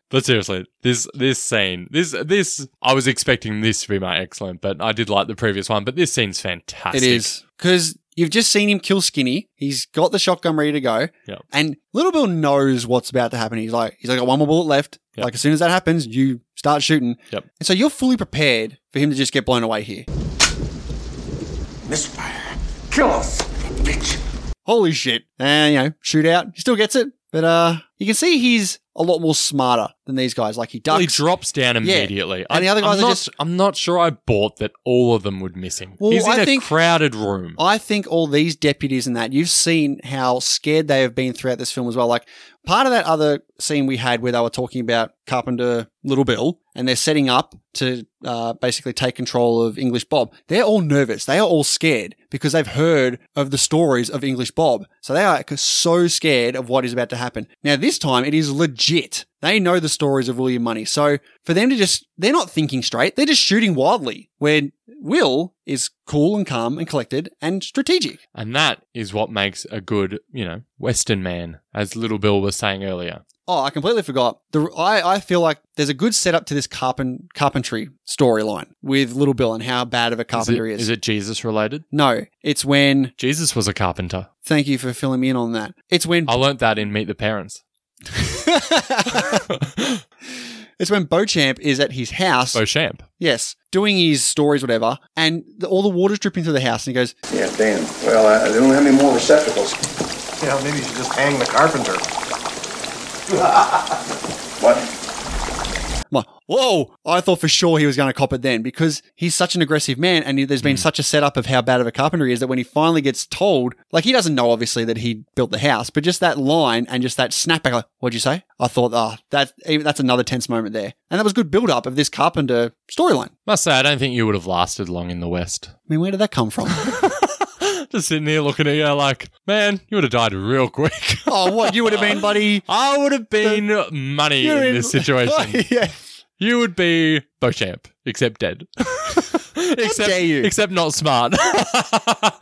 [SPEAKER 2] But seriously, this this scene, this this I was expecting this to be my excellent, but I did like the previous one. But this scene's fantastic.
[SPEAKER 1] it is because you've just seen him kill Skinny. He's got the shotgun ready to go.
[SPEAKER 2] Yeah.
[SPEAKER 1] And Little Bill knows what's about to happen. He's like, he's like, got one more bullet left.
[SPEAKER 2] Yep.
[SPEAKER 1] Like as soon as that happens, you start shooting.
[SPEAKER 2] Yep.
[SPEAKER 1] And so you're fully prepared for him to just get blown away here.
[SPEAKER 7] Misfire. Kill us, bitch.
[SPEAKER 1] holy shit. And, you know, shootout. He still gets it. But uh you can see he's a lot more smarter than these guys. Like he ducks.
[SPEAKER 2] Well, he drops down
[SPEAKER 1] Yeah.
[SPEAKER 2] immediately.
[SPEAKER 1] And the other guys
[SPEAKER 2] I'm
[SPEAKER 1] are
[SPEAKER 2] not,
[SPEAKER 1] just-
[SPEAKER 2] I'm not sure I bought that all of them would miss him.
[SPEAKER 1] Well,
[SPEAKER 2] He's in
[SPEAKER 1] I
[SPEAKER 2] a
[SPEAKER 1] think-
[SPEAKER 2] crowded room.
[SPEAKER 1] I think all these deputies and that, you've seen how scared they have been throughout this film as well. Like part of that other scene we had where they were talking about Carpenter Little Bill and they're setting up to uh, basically take control of English Bob. They're all nervous. They are all scared because they've heard of the stories of English Bob. So they are like, so scared of what is about to happen. Now, this time it is legit. They know the stories of William Money. So for them to just, they're not thinking straight. They're just shooting wildly. Where Will is cool and calm and collected and strategic.
[SPEAKER 2] And that is what makes a good, you know, Western man, as Little Bill was saying earlier.
[SPEAKER 1] Oh, I completely forgot. The I, I feel like there's a good setup to this carpen, carpentry storyline with Little Bill and how bad of a
[SPEAKER 2] Is it,
[SPEAKER 1] carpenter he is.
[SPEAKER 2] is it Jesus related?
[SPEAKER 1] No, it's when.
[SPEAKER 2] Jesus was a carpenter.
[SPEAKER 1] Thank you for filling me in on that. It's when.
[SPEAKER 2] I learnt that in Meet the Parents.
[SPEAKER 1] it's when Beauchamp is at his house.
[SPEAKER 2] Beauchamp.
[SPEAKER 1] yes, doing his stories, whatever, and the, all the water's dripping through the house, and he goes,
[SPEAKER 5] Yeah, damn. Well, uh, they don't have any more receptacles.
[SPEAKER 7] Yeah, maybe you should just hang the carpenter.
[SPEAKER 5] What?
[SPEAKER 1] I'm like, whoa, I thought for sure he was going to cop it then because he's such an aggressive man and he- there's been such a setup of how bad of a carpenter he is that when he finally gets told, like he doesn't know obviously that he built the house, but just that line and just that snapback, like, what'd you say? I thought, ah, that, even- that's another tense moment there. And that was good build up of this carpenter storyline. I
[SPEAKER 2] Must say, I don't think you would have lasted long in the West.
[SPEAKER 1] mean, where did that come from?
[SPEAKER 2] Just sitting here looking at you like, man, you would have died real quick.
[SPEAKER 1] oh, what? You would have been, buddy.
[SPEAKER 2] I would have been money
[SPEAKER 1] You're
[SPEAKER 2] in this situation.
[SPEAKER 1] yeah.
[SPEAKER 2] you would be Beauchamp, except dead. except,
[SPEAKER 1] dare you.
[SPEAKER 2] Except not smart.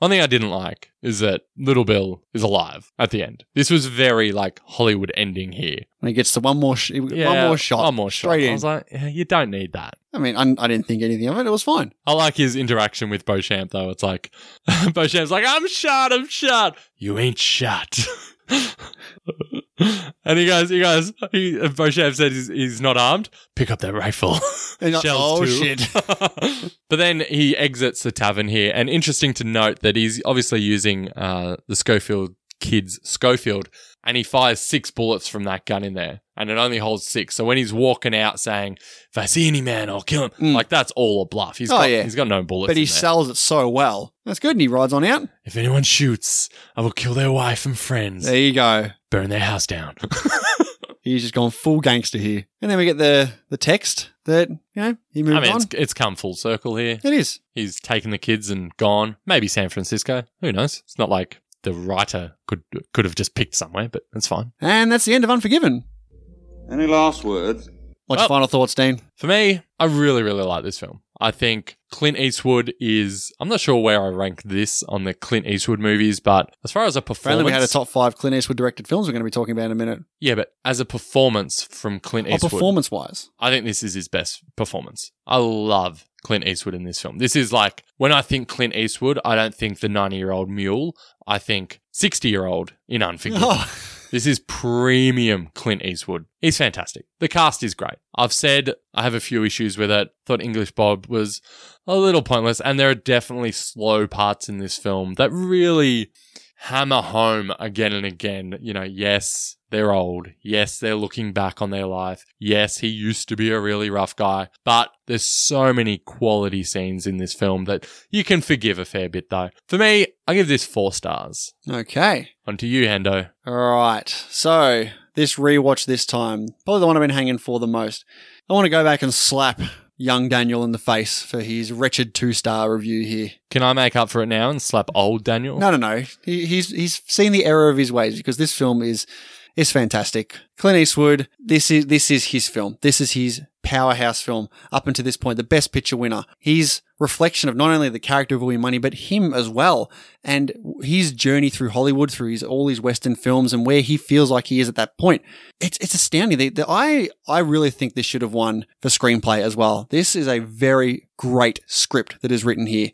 [SPEAKER 2] One thing I didn't like is that Little Bill is alive at the end. This was very like Hollywood ending here.
[SPEAKER 1] And he gets to one more, sh- one more shot.
[SPEAKER 2] One more shot.
[SPEAKER 1] Straight
[SPEAKER 2] I
[SPEAKER 1] in.
[SPEAKER 2] was like, yeah, you don't need that.
[SPEAKER 1] I mean, I, I didn't think anything of it. It was fine.
[SPEAKER 2] I like his interaction with Beauchamp though. It's like Beauchamp's like, I'm shot, I'm shot. You ain't shot. and he goes, he goes, he, and Beauchamp said he's, he's not armed. Pick up that rifle.
[SPEAKER 1] And I-
[SPEAKER 2] Shells
[SPEAKER 1] oh,
[SPEAKER 2] too.
[SPEAKER 1] shit.
[SPEAKER 2] but then he exits the tavern here. And interesting to note that he's obviously using uh, the Schofield kid's Schofield and he fires six bullets from that gun in there. And it only holds six. So when he's walking out saying, if I see any man, I'll kill him.
[SPEAKER 1] Mm.
[SPEAKER 2] Like that's all a bluff. He's
[SPEAKER 1] Oh,
[SPEAKER 2] got,
[SPEAKER 1] yeah.
[SPEAKER 2] he's got no bullets.
[SPEAKER 1] But he
[SPEAKER 2] in there.
[SPEAKER 1] sells it so well. That's good. And he rides on out.
[SPEAKER 2] If anyone shoots, I will kill their wife and friends,
[SPEAKER 1] There you go.
[SPEAKER 2] burn their house down.
[SPEAKER 1] He's just gone full gangster here. And then we get the the text that, you know, he moved
[SPEAKER 2] I mean,
[SPEAKER 1] on.
[SPEAKER 2] it's, it's come full circle here.
[SPEAKER 1] It is.
[SPEAKER 2] He's taken the kids and gone. Maybe San Francisco. Who knows? It's not like the writer could could have just picked somewhere, but that's fine.
[SPEAKER 1] And that's the end of Unforgiven.
[SPEAKER 10] Any last words?
[SPEAKER 1] What's your
[SPEAKER 2] Well-
[SPEAKER 1] final thoughts, Dean?
[SPEAKER 2] For me, I really, really like this film. I think Clint Eastwood is. I'm not sure where I rank this on the Clint Eastwood movies, but as far as a performance,
[SPEAKER 1] Apparently, we had a top five Clint Eastwood directed films we're going to be talking about in a minute.
[SPEAKER 2] yeah, but as a performance from Clint
[SPEAKER 1] Or
[SPEAKER 2] Eastwood,
[SPEAKER 1] performance wise.
[SPEAKER 2] I think this is his best performance. I love Clint Eastwood in this film. This is like when I think Clint Eastwood, I don't think the 90 year old mule. I think 60 year old in Unforgiven.
[SPEAKER 1] Oh,
[SPEAKER 2] This is premium Clint Eastwood. He's fantastic. The cast is great. I've said I have a few issues with it. Thought English Bob was a little pointless, and there are definitely slow parts in this film that really hammer home again and again. You know, yes, they're old. Yes, they're looking back on their life. Yes, he used to be a really rough guy, but there's so many quality scenes in this film that you can forgive a fair bit, though. For me, I give this four stars.
[SPEAKER 1] okay.
[SPEAKER 2] On to you, Hendo.
[SPEAKER 1] All right. So, this rewatch this time, probably the one I've been hanging for the most. I want to go back and slap young Daniel in the face for his wretched two star review here.
[SPEAKER 2] Can I make up for it now and slap old Daniel?
[SPEAKER 1] No, no, no. He, he's he's seen the error of his ways because this film is is fantastic. Clint Eastwood. This is this is his film. This is his powerhouse film up until this point. The best picture winner. His reflection of not only the character of William Money but him as well, and his journey through Hollywood, through his all these Western films, and where he feels like he is at that point. It's it's astounding. The, the, I I really think this should have won for screenplay as well. This is a very great script that is written here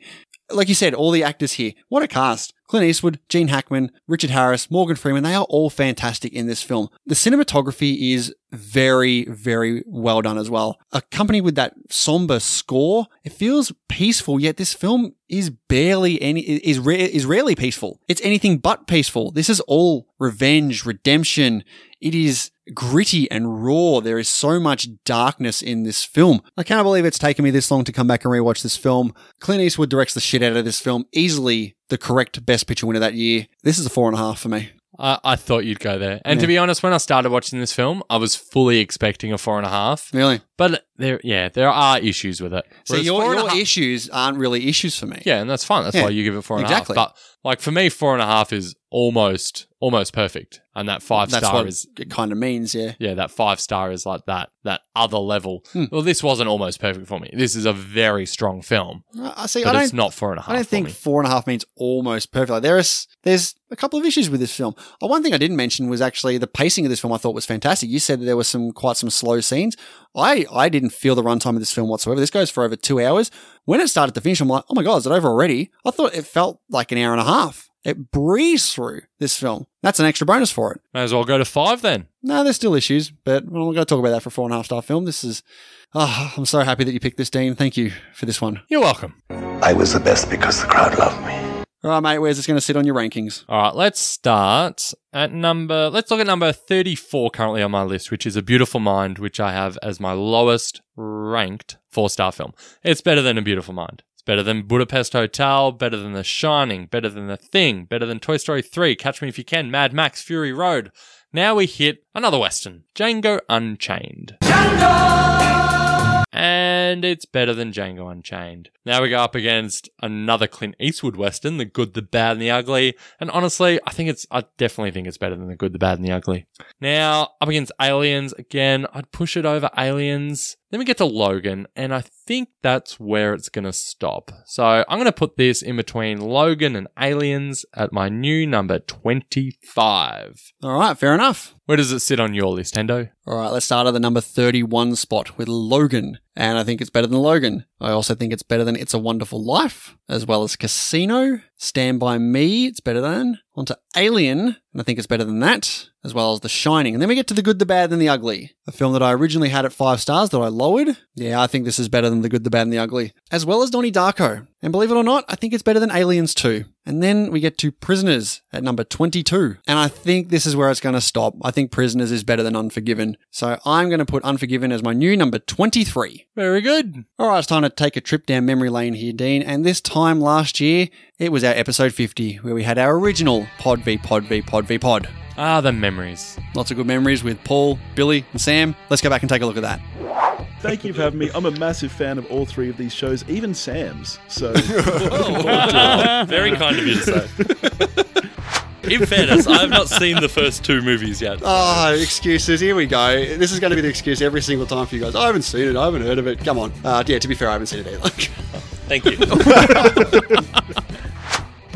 [SPEAKER 1] like you said, all the actors here. What a cast. Clint Eastwood, Gene Hackman, Richard Harris, Morgan Freeman, they are all fantastic in this film. The cinematography is very, very well done as well. Accompanied with that somber score, it feels peaceful, yet this film is barely any, is, ra- is rarely peaceful. It's anything but peaceful. This is all revenge, redemption. It is gritty and raw. There is so much darkness in this film. I cannot believe it's taken me this long to come back and rewatch this film. Clint Eastwood directs the shit out of this film. Easily the correct Best Picture winner that year. This is a four and a half for me.
[SPEAKER 2] I, I thought you'd go there. And to be honest, when I started watching this film, I was fully expecting a four and a half.
[SPEAKER 1] Really?
[SPEAKER 2] But there, yeah, there are issues with it.
[SPEAKER 1] So
[SPEAKER 2] Whereas
[SPEAKER 1] your,
[SPEAKER 2] four and a
[SPEAKER 1] your
[SPEAKER 2] half-
[SPEAKER 1] issues aren't really issues for me.
[SPEAKER 2] yeah, and that's fine. That's
[SPEAKER 1] Yeah,
[SPEAKER 2] why you give it four and a half.
[SPEAKER 1] exactly.
[SPEAKER 2] But like for me, four and a half is almost almost perfect, and that five
[SPEAKER 1] That's
[SPEAKER 2] star
[SPEAKER 1] what
[SPEAKER 2] is
[SPEAKER 1] it kind of means, yeah.
[SPEAKER 2] yeah, that five star is like that that other level.
[SPEAKER 1] Hmm.
[SPEAKER 2] Well, this wasn't almost perfect for me. This is a very strong film,
[SPEAKER 1] I I see.
[SPEAKER 2] but
[SPEAKER 1] I
[SPEAKER 2] it's
[SPEAKER 1] don't.
[SPEAKER 2] not four and a half.
[SPEAKER 1] I don't
[SPEAKER 2] for
[SPEAKER 1] think
[SPEAKER 2] me.
[SPEAKER 1] four and a half means almost perfect. Like there is, there's a couple of issues with this film. Uh, one thing I didn't mention was actually the pacing of this film. I thought was fantastic. You said that there was some quite some slow scenes. I I didn't feel the runtime of this film whatsoever. This goes for over two hours. When it started to finish, I'm like, oh my god, is it over already? I thought it felt like an hour and a half. It breezed through this film. That's an extra bonus for it.
[SPEAKER 2] May as well go to five then.
[SPEAKER 1] No, there's still issues, but we're not going to talk about that for a four and a half star film. This is, ah, I'm so happy that you picked this, Dean. Thank you for this one.
[SPEAKER 2] You're welcome.
[SPEAKER 3] I was the best because the crowd loved me.
[SPEAKER 1] All right, mate, where's this going to sit on your rankings?
[SPEAKER 2] All right, let's start at number. Let's look at number 34 currently on my list, which is A Beautiful Mind, which I have as my lowest ranked four star film. It's better than A Beautiful Mind. It's better than Budapest Hotel, better than The Shining, better than The Thing, better than Toy Story 3, Catch Me If You Can, Mad Max, Fury Road. Now we hit another Western, Django Unchained. And it's better than Django Unchained. Now we go up against another Clint Eastwood Western, The Good, the Bad, and the Ugly. And honestly, I think it's, I definitely think it's better than The Good, the Bad, and the Ugly. Now, up against Aliens, again, I'd push it over Aliens. Then we get to Logan, and I think that's where it's going to stop. So I'm going to put this in between Logan and Aliens at my new number 25.
[SPEAKER 1] All right, fair enough.
[SPEAKER 2] Where does it sit on your list, Hendo?
[SPEAKER 1] All right, let's start at the number 31 spot with Logan. And I think it's better than Logan. I also think it's better than It's a Wonderful Life, as well as Casino. Stand By Me, it's better than. Onto Alien, and I think it's better than that, as well as The Shining. And then we get to The Good, the Bad, and the Ugly, a film that I originally had at five stars that I lowered. Yeah, I think this is better than The Good, the Bad, and the Ugly, as well as Donnie Darko. And believe it or not, I think it's better than Aliens 2. And then we get to Prisoners at number 22. And I think this is where it's going to stop. I think Prisoners is better than Unforgiven. So I'm going to put Unforgiven as my new number 23.
[SPEAKER 2] Very good.
[SPEAKER 1] All right, it's time to take a trip down memory lane here, Dean. And this time last year, it was our episode 50 where we had our original Pod v Pod v Pod v Pod.
[SPEAKER 2] Ah, the memories.
[SPEAKER 1] Lots of good memories with Paul, Billy, and Sam. Let's go back and take a look at that.
[SPEAKER 11] Thank you for having me. I'm a massive fan of all three of these shows, even Sam's. So, looking forward to it.
[SPEAKER 2] Very kind of you to say. In fairness, I have not seen the first two movies yet.
[SPEAKER 1] Oh, excuses. Here we go. This is going to be the excuse every single time for you guys. I haven't seen it. I haven't heard of it. Come on. Uh, yeah, to be fair, I haven't seen it either.
[SPEAKER 2] Thank you.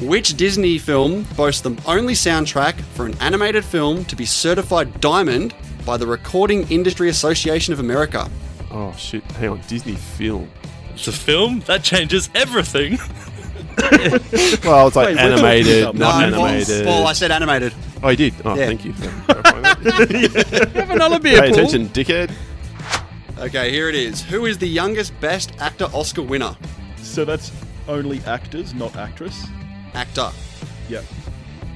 [SPEAKER 1] Which Disney film boasts the only soundtrack for an animated film to be certified diamond by the Recording Industry Association of America?
[SPEAKER 12] Oh shit! Hang on, Disney film.
[SPEAKER 13] It's a film? That changes everything.
[SPEAKER 12] Well, it's like
[SPEAKER 1] Wait, we're talking
[SPEAKER 12] animated,
[SPEAKER 1] about-
[SPEAKER 12] not
[SPEAKER 1] No, Paul-
[SPEAKER 12] animated.
[SPEAKER 1] Paul, I said animated.
[SPEAKER 12] Oh, you did. Oh,
[SPEAKER 1] Yeah.
[SPEAKER 12] thank you.
[SPEAKER 1] Have another
[SPEAKER 12] Pay attention, dickhead.
[SPEAKER 1] Okay, here it is. Who is the youngest Best Actor Oscar winner?
[SPEAKER 11] so that's only actors, not actress.
[SPEAKER 1] Actor.
[SPEAKER 11] Yeah.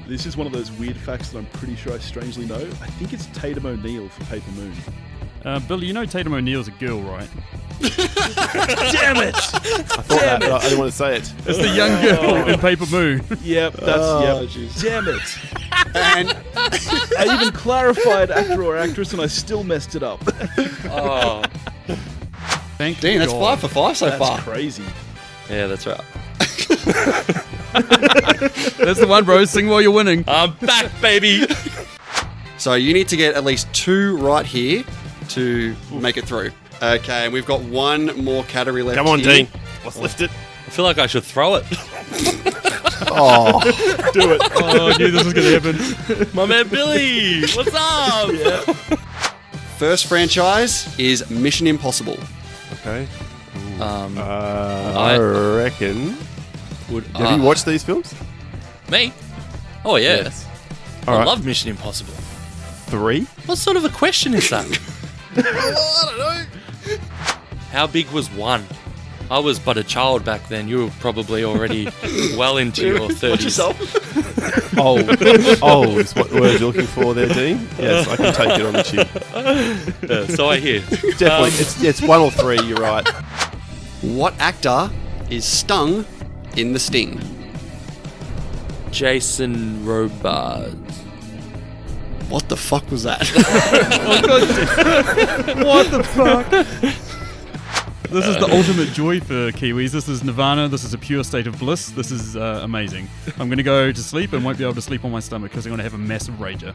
[SPEAKER 11] This is one of those weird facts that I'm pretty sure I strangely know. I think it's Tatum O'Neill for Paper Moon.
[SPEAKER 14] Uh, Billy, you know Tatum O'Neill's a girl, right?
[SPEAKER 11] Damn it!
[SPEAKER 12] I thought that, but I didn't want to say it.
[SPEAKER 14] It's the young
[SPEAKER 2] Oh.
[SPEAKER 14] girl in Paper Moon.
[SPEAKER 11] Yep, that's
[SPEAKER 12] Oh,
[SPEAKER 11] yep.
[SPEAKER 12] jeez.
[SPEAKER 11] Damn it! I even clarified actor or actress, and I still messed it up.
[SPEAKER 13] Oh.
[SPEAKER 1] Thank Dean, that's
[SPEAKER 11] God.
[SPEAKER 1] five for five so
[SPEAKER 11] That's
[SPEAKER 1] far.
[SPEAKER 11] crazy.
[SPEAKER 13] Yeah, that's right.
[SPEAKER 1] That's the one, bro. Sing while you're winning.
[SPEAKER 13] I'm back, baby.
[SPEAKER 1] So you need to get at least two right here to make it through. Okay, and we've got one more category left.
[SPEAKER 12] Come on,
[SPEAKER 1] here.
[SPEAKER 12] Dean. Let's lift it.
[SPEAKER 13] I feel like I should throw it.
[SPEAKER 12] Oh,
[SPEAKER 11] do it.
[SPEAKER 14] Oh, I knew this was going to happen.
[SPEAKER 13] My man Billy, what's up?
[SPEAKER 1] First franchise is Mission Impossible.
[SPEAKER 12] Okay.
[SPEAKER 1] Um,
[SPEAKER 12] I reckon.
[SPEAKER 1] would
[SPEAKER 12] Have you watched these films?
[SPEAKER 2] Me? Oh yeah.
[SPEAKER 15] Yes.
[SPEAKER 2] I
[SPEAKER 15] All right.
[SPEAKER 2] love Mission Impossible.
[SPEAKER 15] Three?
[SPEAKER 2] What sort of a question is that?
[SPEAKER 15] I
[SPEAKER 2] How big was one? I was but a child back then. You were probably already well into your
[SPEAKER 15] Watch
[SPEAKER 2] thirties.
[SPEAKER 15] Old. Old is what word you're looking for there, Dean. Yes, I can take it on the chin.
[SPEAKER 2] Yeah, so I hear.
[SPEAKER 15] Definitely.
[SPEAKER 2] Um,
[SPEAKER 15] it's, it's one or three, you're right.
[SPEAKER 1] What actor is stung in The Sting?
[SPEAKER 2] Jason Robards.
[SPEAKER 1] What the fuck was that?
[SPEAKER 8] what the fuck? This is
[SPEAKER 11] uh,
[SPEAKER 8] the ultimate joy for Kiwis. This is Nirvana. This is a pure state of bliss. This is uh, amazing. I'm going to go to sleep and won't be able to sleep on my stomach because I'm going to have a massive rager.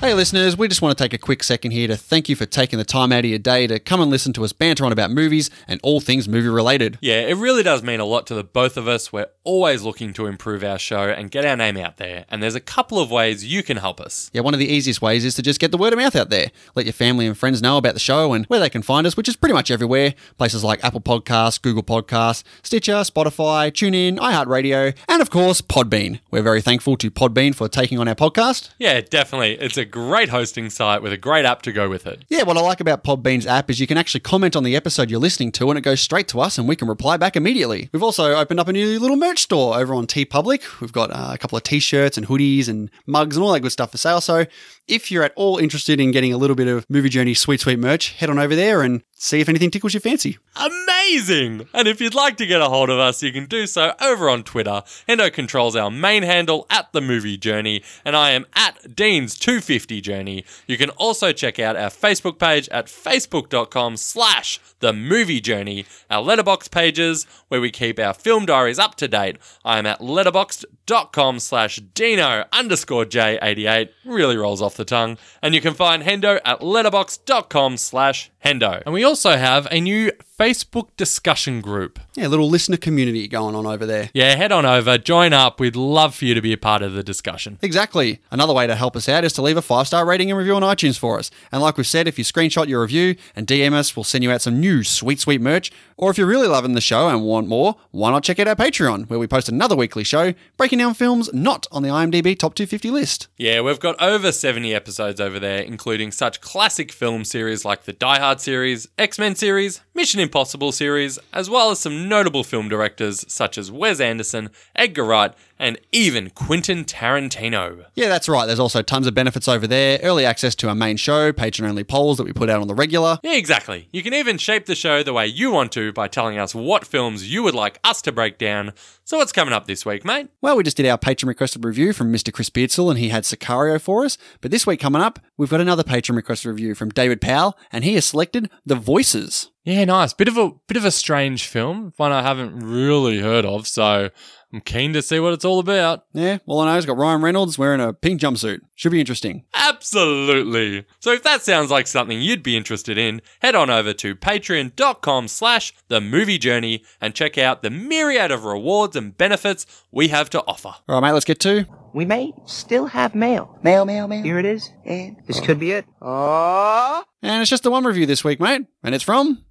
[SPEAKER 1] Hey, listeners, we just want to take a quick second here to thank you for taking the time out of your day to come and listen to us banter on about movies and all things movie related.
[SPEAKER 2] Yeah, it really does mean a lot to the both of us. We're always looking to improve our show and get our name out there. And there's a couple of ways you can help us.
[SPEAKER 1] Yeah, one of the easiest ways is to just get the word of mouth out there. Let your family and friends know about the show and where they can find us, which is pretty much everywhere. Places like Apple Podcasts, Google Podcasts, Stitcher, Spotify, TuneIn, iHeartRadio, and of course, Podbean. We're very thankful to Podbean for taking on our podcast.
[SPEAKER 2] Yeah, definitely. It's a great hosting site with a great app to go with it.
[SPEAKER 1] Yeah, what I like about Podbean's app is you can actually comment on the episode you're listening to and it goes straight to us and we can reply back immediately. We've also opened up a new little merch store over on TeePublic. We've got uh, a couple of t-shirts and hoodies and mugs and all that good stuff for sale. So if you're at all interested in getting a little bit of Movie Journey sweet, sweet merch, head on over there and see if anything tickles your fancy.
[SPEAKER 2] Amazing! And if you'd like to get a hold of us, you can do so over on Twitter. Hendo controls our main handle at the movie journey, and I am at Dean's 250 journey. You can also check out our Facebook page at facebook.com slash the movie journey, our letterbox pages where we keep our film diaries up to date. I am at letterboxd.com slash Dino underscore J88. Really rolls off the tongue. And you can find Hendo at letterboxd.com slash Hendo. And we also have a new Facebook discussion group.
[SPEAKER 1] Yeah, little listener community going on over there.
[SPEAKER 2] Yeah, head on over, join up. We'd love for you to be a part of the discussion.
[SPEAKER 1] Exactly. Another way to help us out is to leave a five star rating and review on iTunes for us. And like we've said, if you screenshot your review and DM us, we'll send you out some new sweet, sweet merch. Or if you're really loving the show and want more, why not check out our Patreon, where we post another weekly show breaking down films not on the IMDb Top 250 list.
[SPEAKER 2] Yeah, we've got over 70 episodes over there, including such classic film series like the Die Hard series, X Men series, Mission Impossible series, as well as some notable film directors such as Wes Anderson, Edgar Wright, and even Quentin Tarantino.
[SPEAKER 1] Yeah, that's right. There's also tons of benefits over there early access to our main show, patron only polls that we put out on the regular.
[SPEAKER 2] Yeah, exactly. You can even shape the show the way you want to by telling us what films you would like us to break down. So, what's coming up this week, mate?
[SPEAKER 1] Well, we just did our patron requested review from Mr. Chris Beardsall, and he had Sicario for us. But this week coming up, we've got another patron requested review from David Powell, and he has selected The Voices.
[SPEAKER 16] Yeah, nice. Bit of a bit of a strange film, one I haven't really heard of, so I'm keen to see what it's all about.
[SPEAKER 1] Yeah, well, I know it's got Ryan Reynolds wearing a pink jumpsuit. Should be interesting.
[SPEAKER 2] Absolutely. So if that sounds like something you'd be interested in, head on over to patreon.com slash the movie journey and check out the myriad of rewards and benefits we have to offer.
[SPEAKER 1] All right, mate, let's get to.
[SPEAKER 6] We may still have mail. Mail, mail, mail. Here it is. And this could be it. Oh.
[SPEAKER 1] And it's just the one review this week, mate, and it's from.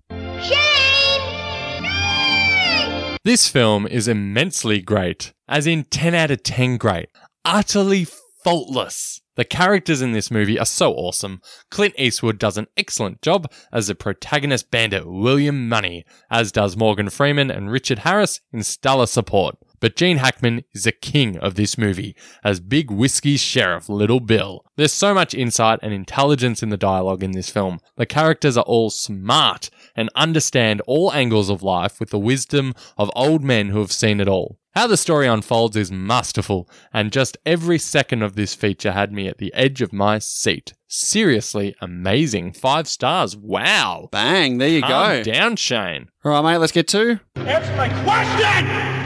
[SPEAKER 16] This film is immensely great, as in 10 out of 10 great. Utterly faultless. The characters in this movie are so awesome. Clint Eastwood does an excellent job as the protagonist bandit William Money, as does Morgan Freeman and Richard Harris in stellar support. But Gene Hackman is the king of this movie as Big Whiskey Sheriff Little Bill. There's so much insight and intelligence in the dialogue in this film. The characters are all smart and understand all angles of life with the wisdom of old men who have seen it all. How the story unfolds is masterful, and just every second of this feature had me at the edge of my seat. Seriously amazing. Five stars. Wow.
[SPEAKER 1] Bang, there you
[SPEAKER 16] Calm
[SPEAKER 1] go.
[SPEAKER 16] down, Shane.
[SPEAKER 1] All right, mate, let's get to.
[SPEAKER 7] Answer my question!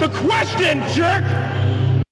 [SPEAKER 7] The question, jerk!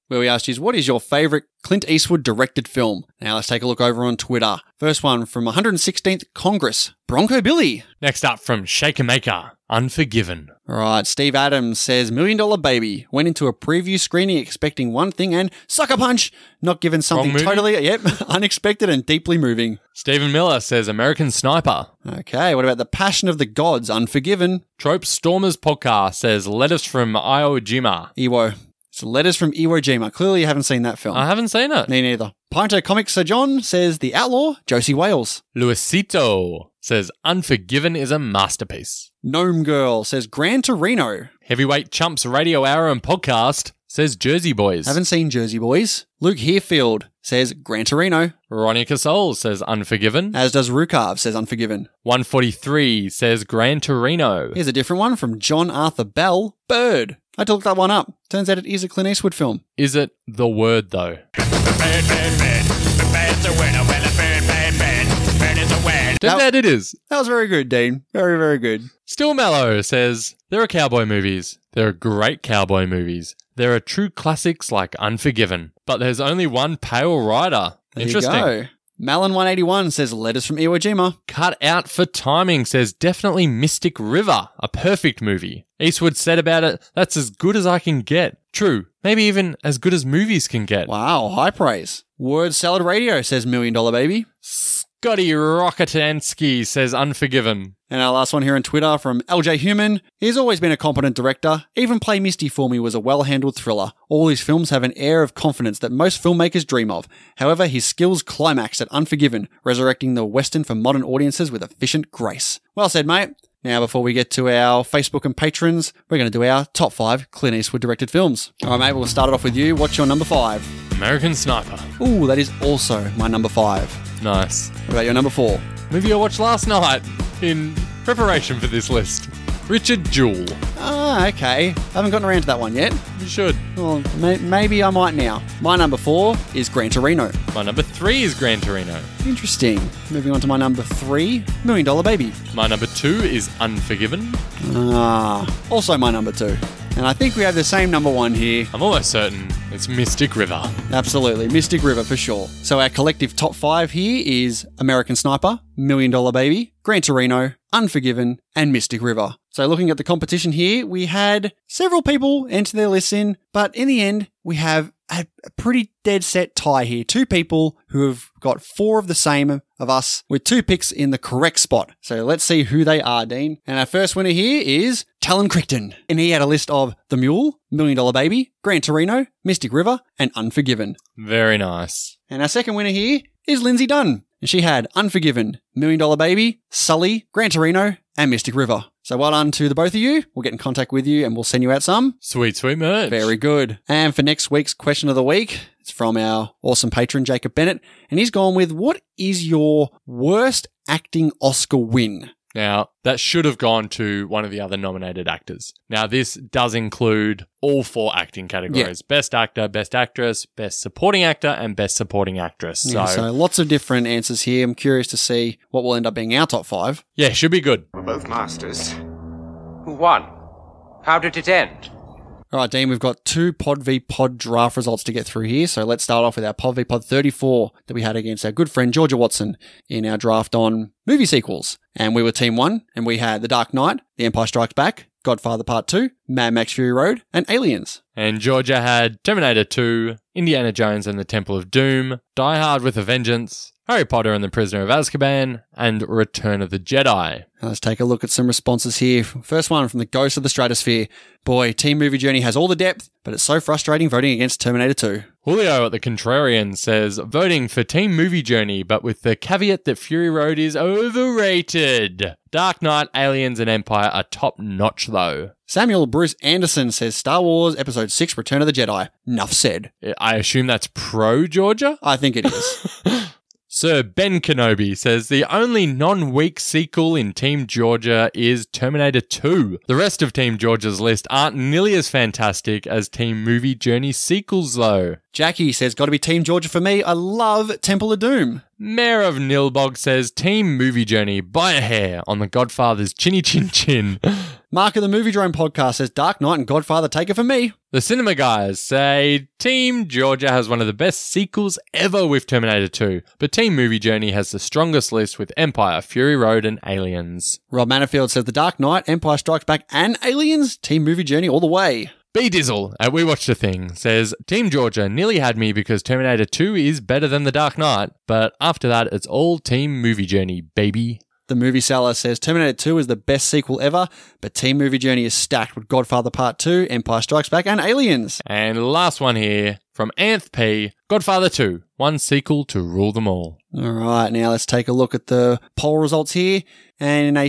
[SPEAKER 1] where we asked you, what is your favorite Clint Eastwood directed film? Now let's take a look over on Twitter. First one from 116th Congress, Bronco Billy.
[SPEAKER 2] Next up from Shaker Maker, Unforgiven.
[SPEAKER 1] All right, Steve Adams says Million Dollar Baby went into a preview screening expecting one thing and sucker punch, not given something
[SPEAKER 2] movie?
[SPEAKER 1] totally yep, unexpected and deeply moving.
[SPEAKER 2] Stephen Miller says American Sniper.
[SPEAKER 1] Okay, what about The Passion of the Gods, Unforgiven?
[SPEAKER 2] Trope Stormers podcast says letters from Iwo Jima.
[SPEAKER 1] Iwo. It's Letters from Iwo Jima. Clearly, you haven't seen that film.
[SPEAKER 2] I haven't seen it.
[SPEAKER 1] Me neither. Pinto Comic Sir John says The Outlaw, Josie Wales.
[SPEAKER 2] Luisito says Unforgiven is a masterpiece.
[SPEAKER 1] Gnome Girl says Gran Torino.
[SPEAKER 2] Heavyweight Chumps Radio Hour and Podcast says Jersey Boys.
[SPEAKER 1] Haven't seen Jersey Boys. Luke Hearfield says Gran Torino.
[SPEAKER 2] Ronnie Casol says Unforgiven.
[SPEAKER 1] As does Rukav says Unforgiven.
[SPEAKER 2] 143 says Gran Torino.
[SPEAKER 1] Here's a different one from John Arthur Bell, Bird. I had to look that one up. Turns out it is a Clint Eastwood film.
[SPEAKER 2] Is it the word though?
[SPEAKER 17] Bird, bird, bird. The bird's a winner. Well, a bird, bird, bird. Bird is a winner.
[SPEAKER 2] Turns out it is.
[SPEAKER 1] That was very good, Dean. Very, very good.
[SPEAKER 2] Still Mellow says there are cowboy movies. There are great cowboy movies. There are true classics like Unforgiven. But there's only one Pale Rider.
[SPEAKER 1] There
[SPEAKER 2] Interesting.
[SPEAKER 1] You go. Malin181 says Letters from Iwo Jima.
[SPEAKER 2] Cut Out for Timing says definitely Mystic River, a perfect movie. Eastwood said about it, that's as good as I can get. True, maybe even as good as movies can get.
[SPEAKER 1] Wow, high praise. Word Salad Radio says Million Dollar Baby.
[SPEAKER 2] Scotty Rocketansky says Unforgiven.
[SPEAKER 1] And our last one here on Twitter from LJ Human. He's always been a competent director. Even Play Misty for me was a well handled thriller. All his films have an air of confidence that most filmmakers dream of. However, his skills climax at Unforgiven, resurrecting the Western for modern audiences with efficient grace. Well said, mate. Now, before we get to our Facebook and patrons, we're going to do our top five Clint Eastwood directed films. All right, mate, we'll start it off with you. What's your number five?
[SPEAKER 2] American Sniper.
[SPEAKER 1] Ooh, that is also my number five.
[SPEAKER 2] Nice.
[SPEAKER 1] What about your number four?
[SPEAKER 2] Movie I watched last night in preparation for this list. Richard Jewell.
[SPEAKER 1] Ah, okay. I haven't gotten around to that one yet.
[SPEAKER 2] You should.
[SPEAKER 1] Well, Oh, may- maybe I might now. My number four is Gran Torino.
[SPEAKER 2] My number three is Gran Torino.
[SPEAKER 1] Interesting. Moving on to my number three, Million Dollar Baby.
[SPEAKER 2] My number two is Unforgiven.
[SPEAKER 1] Ah, also my number two. And I think we have the same number one here.
[SPEAKER 2] I'm almost certain it's Mystic River.
[SPEAKER 1] Absolutely, Mystic River for sure. So our collective top five here is American Sniper, Million Dollar Baby, Gran Torino, Unforgiven, and Mystic River. So looking at the competition here, we had several people enter their lists in, but in the end, we have a a pretty dead set tie here. Two people who have got four of the same of us with two picks in the correct spot. So let's see who they are, Dean. And our first winner here is Talon Crichton. And he had a list of The Mule, Million Dollar Baby, Gran Torino, Mystic River, and Unforgiven.
[SPEAKER 2] Very nice.
[SPEAKER 1] And our second winner here is Lindsay Dunn. And she had Unforgiven, Million Dollar Baby, Sully, Gran Torino, and Mystic River. So well done to the both of you. We'll get in contact with you and we'll send you out some.
[SPEAKER 2] Sweet, sweet merch.
[SPEAKER 1] Very good. And for next week's question of the week, it's from our awesome patron, Jacob Bennett. And he's gone with what is your worst acting Oscar win?
[SPEAKER 2] Now, that should have gone to one of the other nominated actors. Now, this does include all four acting categories best actor, best actress, best supporting actor, and best supporting actress. So,
[SPEAKER 1] Yeah, so lots of different answers here. I'm curious to see what will end up being our top five.
[SPEAKER 2] yeah, should be good.
[SPEAKER 18] We're both masters. Who won? How did it end?
[SPEAKER 1] All right, Dean, we've got two Pod v Pod draft results to get through here. So let's start off with our Pod v Pod 34 that we had against our good friend Georgia Watson in our draft on movie sequels. And we were team one, and we had The Dark Knight, The Empire Strikes Back, Godfather Part 2, Mad Max Fury Road, and Aliens.
[SPEAKER 2] And Georgia had Terminator 2, Indiana Jones and the Temple of Doom, Die Hard with a Vengeance, Harry Potter and the Prisoner of Azkaban, and Return of the Jedi.
[SPEAKER 1] Now Let's take a look at some responses here. First one from the Ghost of the Stratosphere. Boy, Team Movie Journey has all the depth, but it's so frustrating voting against Terminator 2.
[SPEAKER 2] Julio at the Contrarian says, voting for Team Movie Journey, but with the caveat that Fury Road is overrated. Dark Knight, Aliens, and Empire are top notch, though.
[SPEAKER 1] Samuel Bruce Anderson says Star Wars Episode 6 Return of the Jedi. Nuff said.
[SPEAKER 2] I assume that's pro Georgia?
[SPEAKER 1] I think it is.
[SPEAKER 2] Sir Ben Kenobi says the only non weak sequel in Team Georgia is Terminator 2. The rest of Team Georgia's list aren't nearly as fantastic as Team Movie Journey sequels, though.
[SPEAKER 1] Jackie says, Gotta be Team Georgia for me. I love Temple of Doom.
[SPEAKER 2] Mayor of Nilbog says, Team Movie Journey by a hair on The Godfather's Chinny Chin Chin.
[SPEAKER 1] Mark of the Movie Drone podcast says, Dark Knight and Godfather take it for me.
[SPEAKER 2] The cinema guys say, Team Georgia has one of the best sequels ever with Terminator 2, but Team Movie Journey has the strongest list with Empire, Fury Road, and Aliens.
[SPEAKER 1] Rob Manafield says, The Dark Knight, Empire Strikes Back, and Aliens. Team Movie Journey all the way.
[SPEAKER 2] B Dizzle at We Watch the Thing says Team Georgia nearly had me because Terminator 2 is better than The Dark Knight, but after that it's all Team Movie Journey, baby.
[SPEAKER 1] The movie seller says Terminator 2 is the best sequel ever, but Team Movie Journey is stacked with Godfather Part 2, Empire Strikes Back, and Aliens.
[SPEAKER 2] And last one here from Anth P Godfather 2, one sequel to rule them all.
[SPEAKER 1] All right, now let's take a look at the poll results here. And in a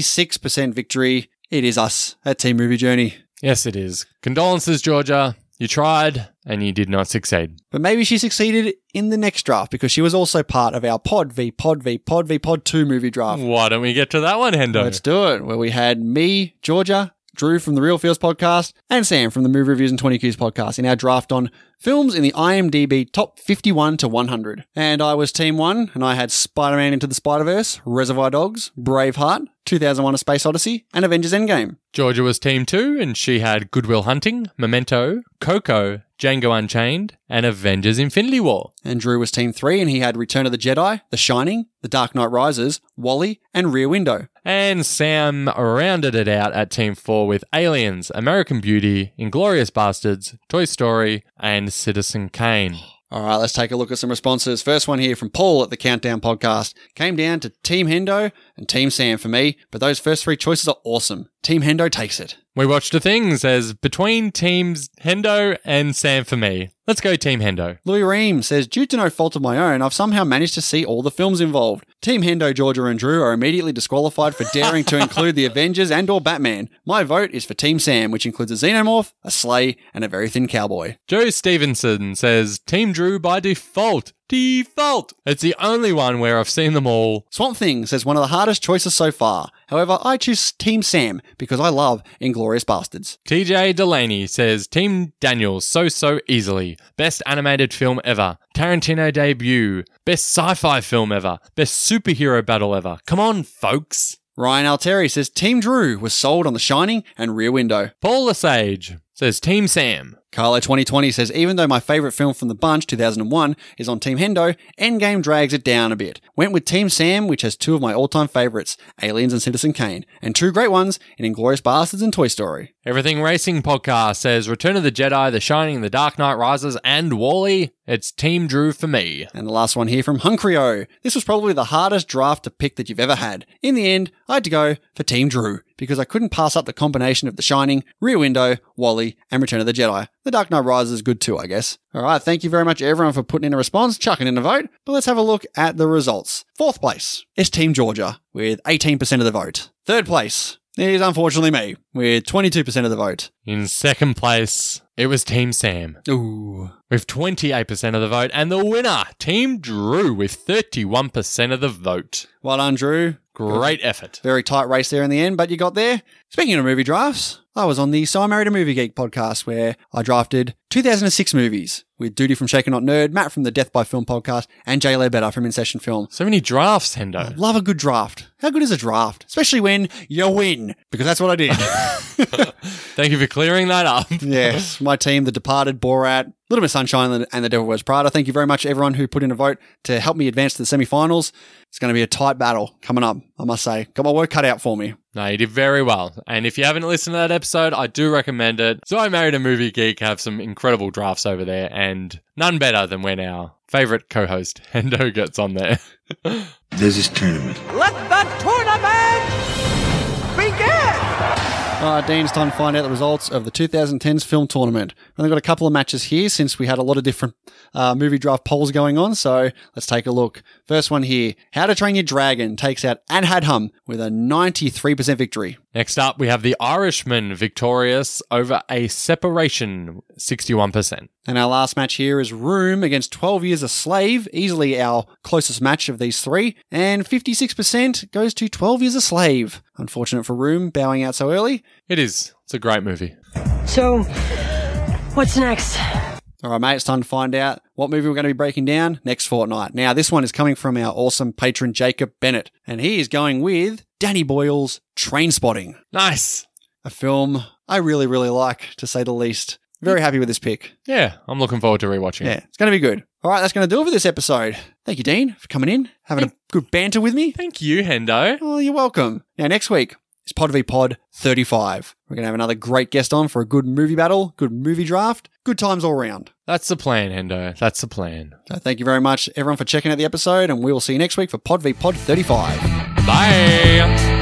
[SPEAKER 1] 76% victory, it is us at Team Movie Journey.
[SPEAKER 2] Yes, it is. Condolences, Georgia. You tried and you did not succeed.
[SPEAKER 1] But maybe she succeeded in the next draft because she was also part of our Pod v Pod v Pod v Pod 2 movie draft.
[SPEAKER 2] Why don't we get to that one, Hendo?
[SPEAKER 1] Let's do it. Where we had me, Georgia, Drew from the Real Feels podcast, and Sam from the Movie Reviews and 20 Qs podcast in our draft on films in the IMDb top 51 to 100. And I was team one, and I had Spider Man Into the Spider Verse, Reservoir Dogs, Braveheart, 2001 A Space Odyssey, and Avengers Endgame.
[SPEAKER 2] Georgia was team two, and she had Goodwill Hunting, Memento, Coco, Django Unchained, and Avengers Infinity War.
[SPEAKER 1] And Drew was team three, and he had Return of the Jedi, The Shining, The Dark Knight Rises, Wally, and Rear Window.
[SPEAKER 2] And Sam rounded it out at Team 4 with Aliens, American Beauty, Inglorious Bastards, Toy Story, and Citizen Kane.
[SPEAKER 1] All right, let's take a look at some responses. First one here from Paul at the Countdown Podcast. Came down to Team Hendo and Team Sam for me, but those first three choices are awesome. Team Hendo takes it.
[SPEAKER 2] We watched the things as between teams Hendo and Sam for me. Let's go Team Hendo.
[SPEAKER 1] Louis Ream says, due to no fault of my own, I've somehow managed to see all the films involved. Team Hendo, Georgia and Drew are immediately disqualified for daring to include the Avengers and or Batman. My vote is for Team Sam, which includes a xenomorph, a sleigh, and a very thin cowboy.
[SPEAKER 2] Joe Stevenson says, Team Drew by default. Default. It's the only one where I've seen them all.
[SPEAKER 1] Swamp Thing says one of the hardest choices so far. However, I choose Team Sam because I love Inglorious Bastards.
[SPEAKER 2] TJ Delaney says Team Daniel so so easily. Best animated film ever. Tarantino debut. Best sci fi film ever. Best superhero battle ever. Come on, folks.
[SPEAKER 1] Ryan Alteri says Team Drew was sold on The Shining and Rear Window.
[SPEAKER 2] Paul Lesage says Team Sam.
[SPEAKER 1] Carlo 2020 says, even though my favourite film from the bunch, 2001, is on Team Hendo, Endgame drags it down a bit. Went with Team Sam, which has two of my all time favourites, Aliens and Citizen Kane, and two great ones in Inglorious Bastards and Toy Story.
[SPEAKER 2] Everything Racing Podcast says, Return of the Jedi, The Shining, The Dark Knight Rises, and Wally. It's Team Drew for me.
[SPEAKER 1] And the last one here from Hunkrio. This was probably the hardest draft to pick that you've ever had. In the end, I had to go for Team Drew because I couldn't pass up the combination of The Shining, Rear Window, Wally, and Return of the Jedi. The Dark Knight Rises is good too, I guess. All right, thank you very much everyone for putting in a response, chucking in a vote. But let's have a look at the results. Fourth place is Team Georgia with 18% of the vote. Third place is unfortunately me with 22% of the vote.
[SPEAKER 2] In second place, it was Team Sam.
[SPEAKER 1] Ooh.
[SPEAKER 2] With 28% of the vote, and the winner, Team Drew, with 31% of the vote.
[SPEAKER 1] Well done, Drew.
[SPEAKER 2] Great effort.
[SPEAKER 1] Very tight race there in the end, but you got there. Speaking of movie drafts, I was on the So I Married a Movie Geek podcast where I drafted 2006 movies with Duty from Shaken Not Nerd, Matt from the Death by Film podcast, and Jay Ledbetter from In Session Film.
[SPEAKER 2] So many drafts, Hendo.
[SPEAKER 1] I love a good draft. How good is a draft? Especially when you win, because that's what I did.
[SPEAKER 2] Thank you for clearing that up.
[SPEAKER 1] yes, my team, The Departed, Borat, Little Miss Sunshine, and The Devil Wears Prada. Thank you very much, everyone who put in a vote to help me advance to the semi-finals. It's going to be a tight battle coming up, I must say. Got my work cut out for me.
[SPEAKER 2] No, you did very well. And if you haven't listened to that episode, I do recommend it. So I Married a Movie Geek have some incredible drafts over there, and none better than when our favorite co-host Hendo gets on there.
[SPEAKER 19] There's this tournament.
[SPEAKER 20] Let the tournament begin!
[SPEAKER 1] Uh, Dean, it's time to find out the results of the 2010s film tournament. We've only got a couple of matches here since we had a lot of different uh, movie draft polls going on, so let's take a look. First one here How to Train Your Dragon takes out Adhadham with a 93% victory.
[SPEAKER 2] Next up, we have The Irishman victorious over a separation, 61%.
[SPEAKER 1] And our last match here is Room against 12 Years a Slave, easily our closest match of these three. And 56% goes to 12 Years a Slave. Unfortunate for Room bowing out so early.
[SPEAKER 2] It is. It's a great movie.
[SPEAKER 21] So, what's next?
[SPEAKER 1] All right, mate, it's time to find out what movie we're going to be breaking down next fortnight. Now, this one is coming from our awesome patron, Jacob Bennett, and he is going with Danny Boyle's Train Spotting.
[SPEAKER 2] Nice.
[SPEAKER 1] A film I really, really like, to say the least. Very happy with this pick.
[SPEAKER 2] Yeah, I'm looking forward to rewatching
[SPEAKER 1] Yeah,
[SPEAKER 2] it.
[SPEAKER 1] it's going to be good. All right, that's going to do it for this episode. Thank you, Dean, for coming in, having a good banter with me.
[SPEAKER 2] Thank you, Hendo.
[SPEAKER 1] Oh, you're welcome. Now, next week is Pod v Pod 35. We're going to have another great guest on for a good movie battle, good movie draft, good times all around.
[SPEAKER 2] That's the plan, Hendo. That's the plan.
[SPEAKER 1] So thank you very much, everyone, for checking out the episode, and we will see you next week for Pod v Pod 35.
[SPEAKER 2] Bye.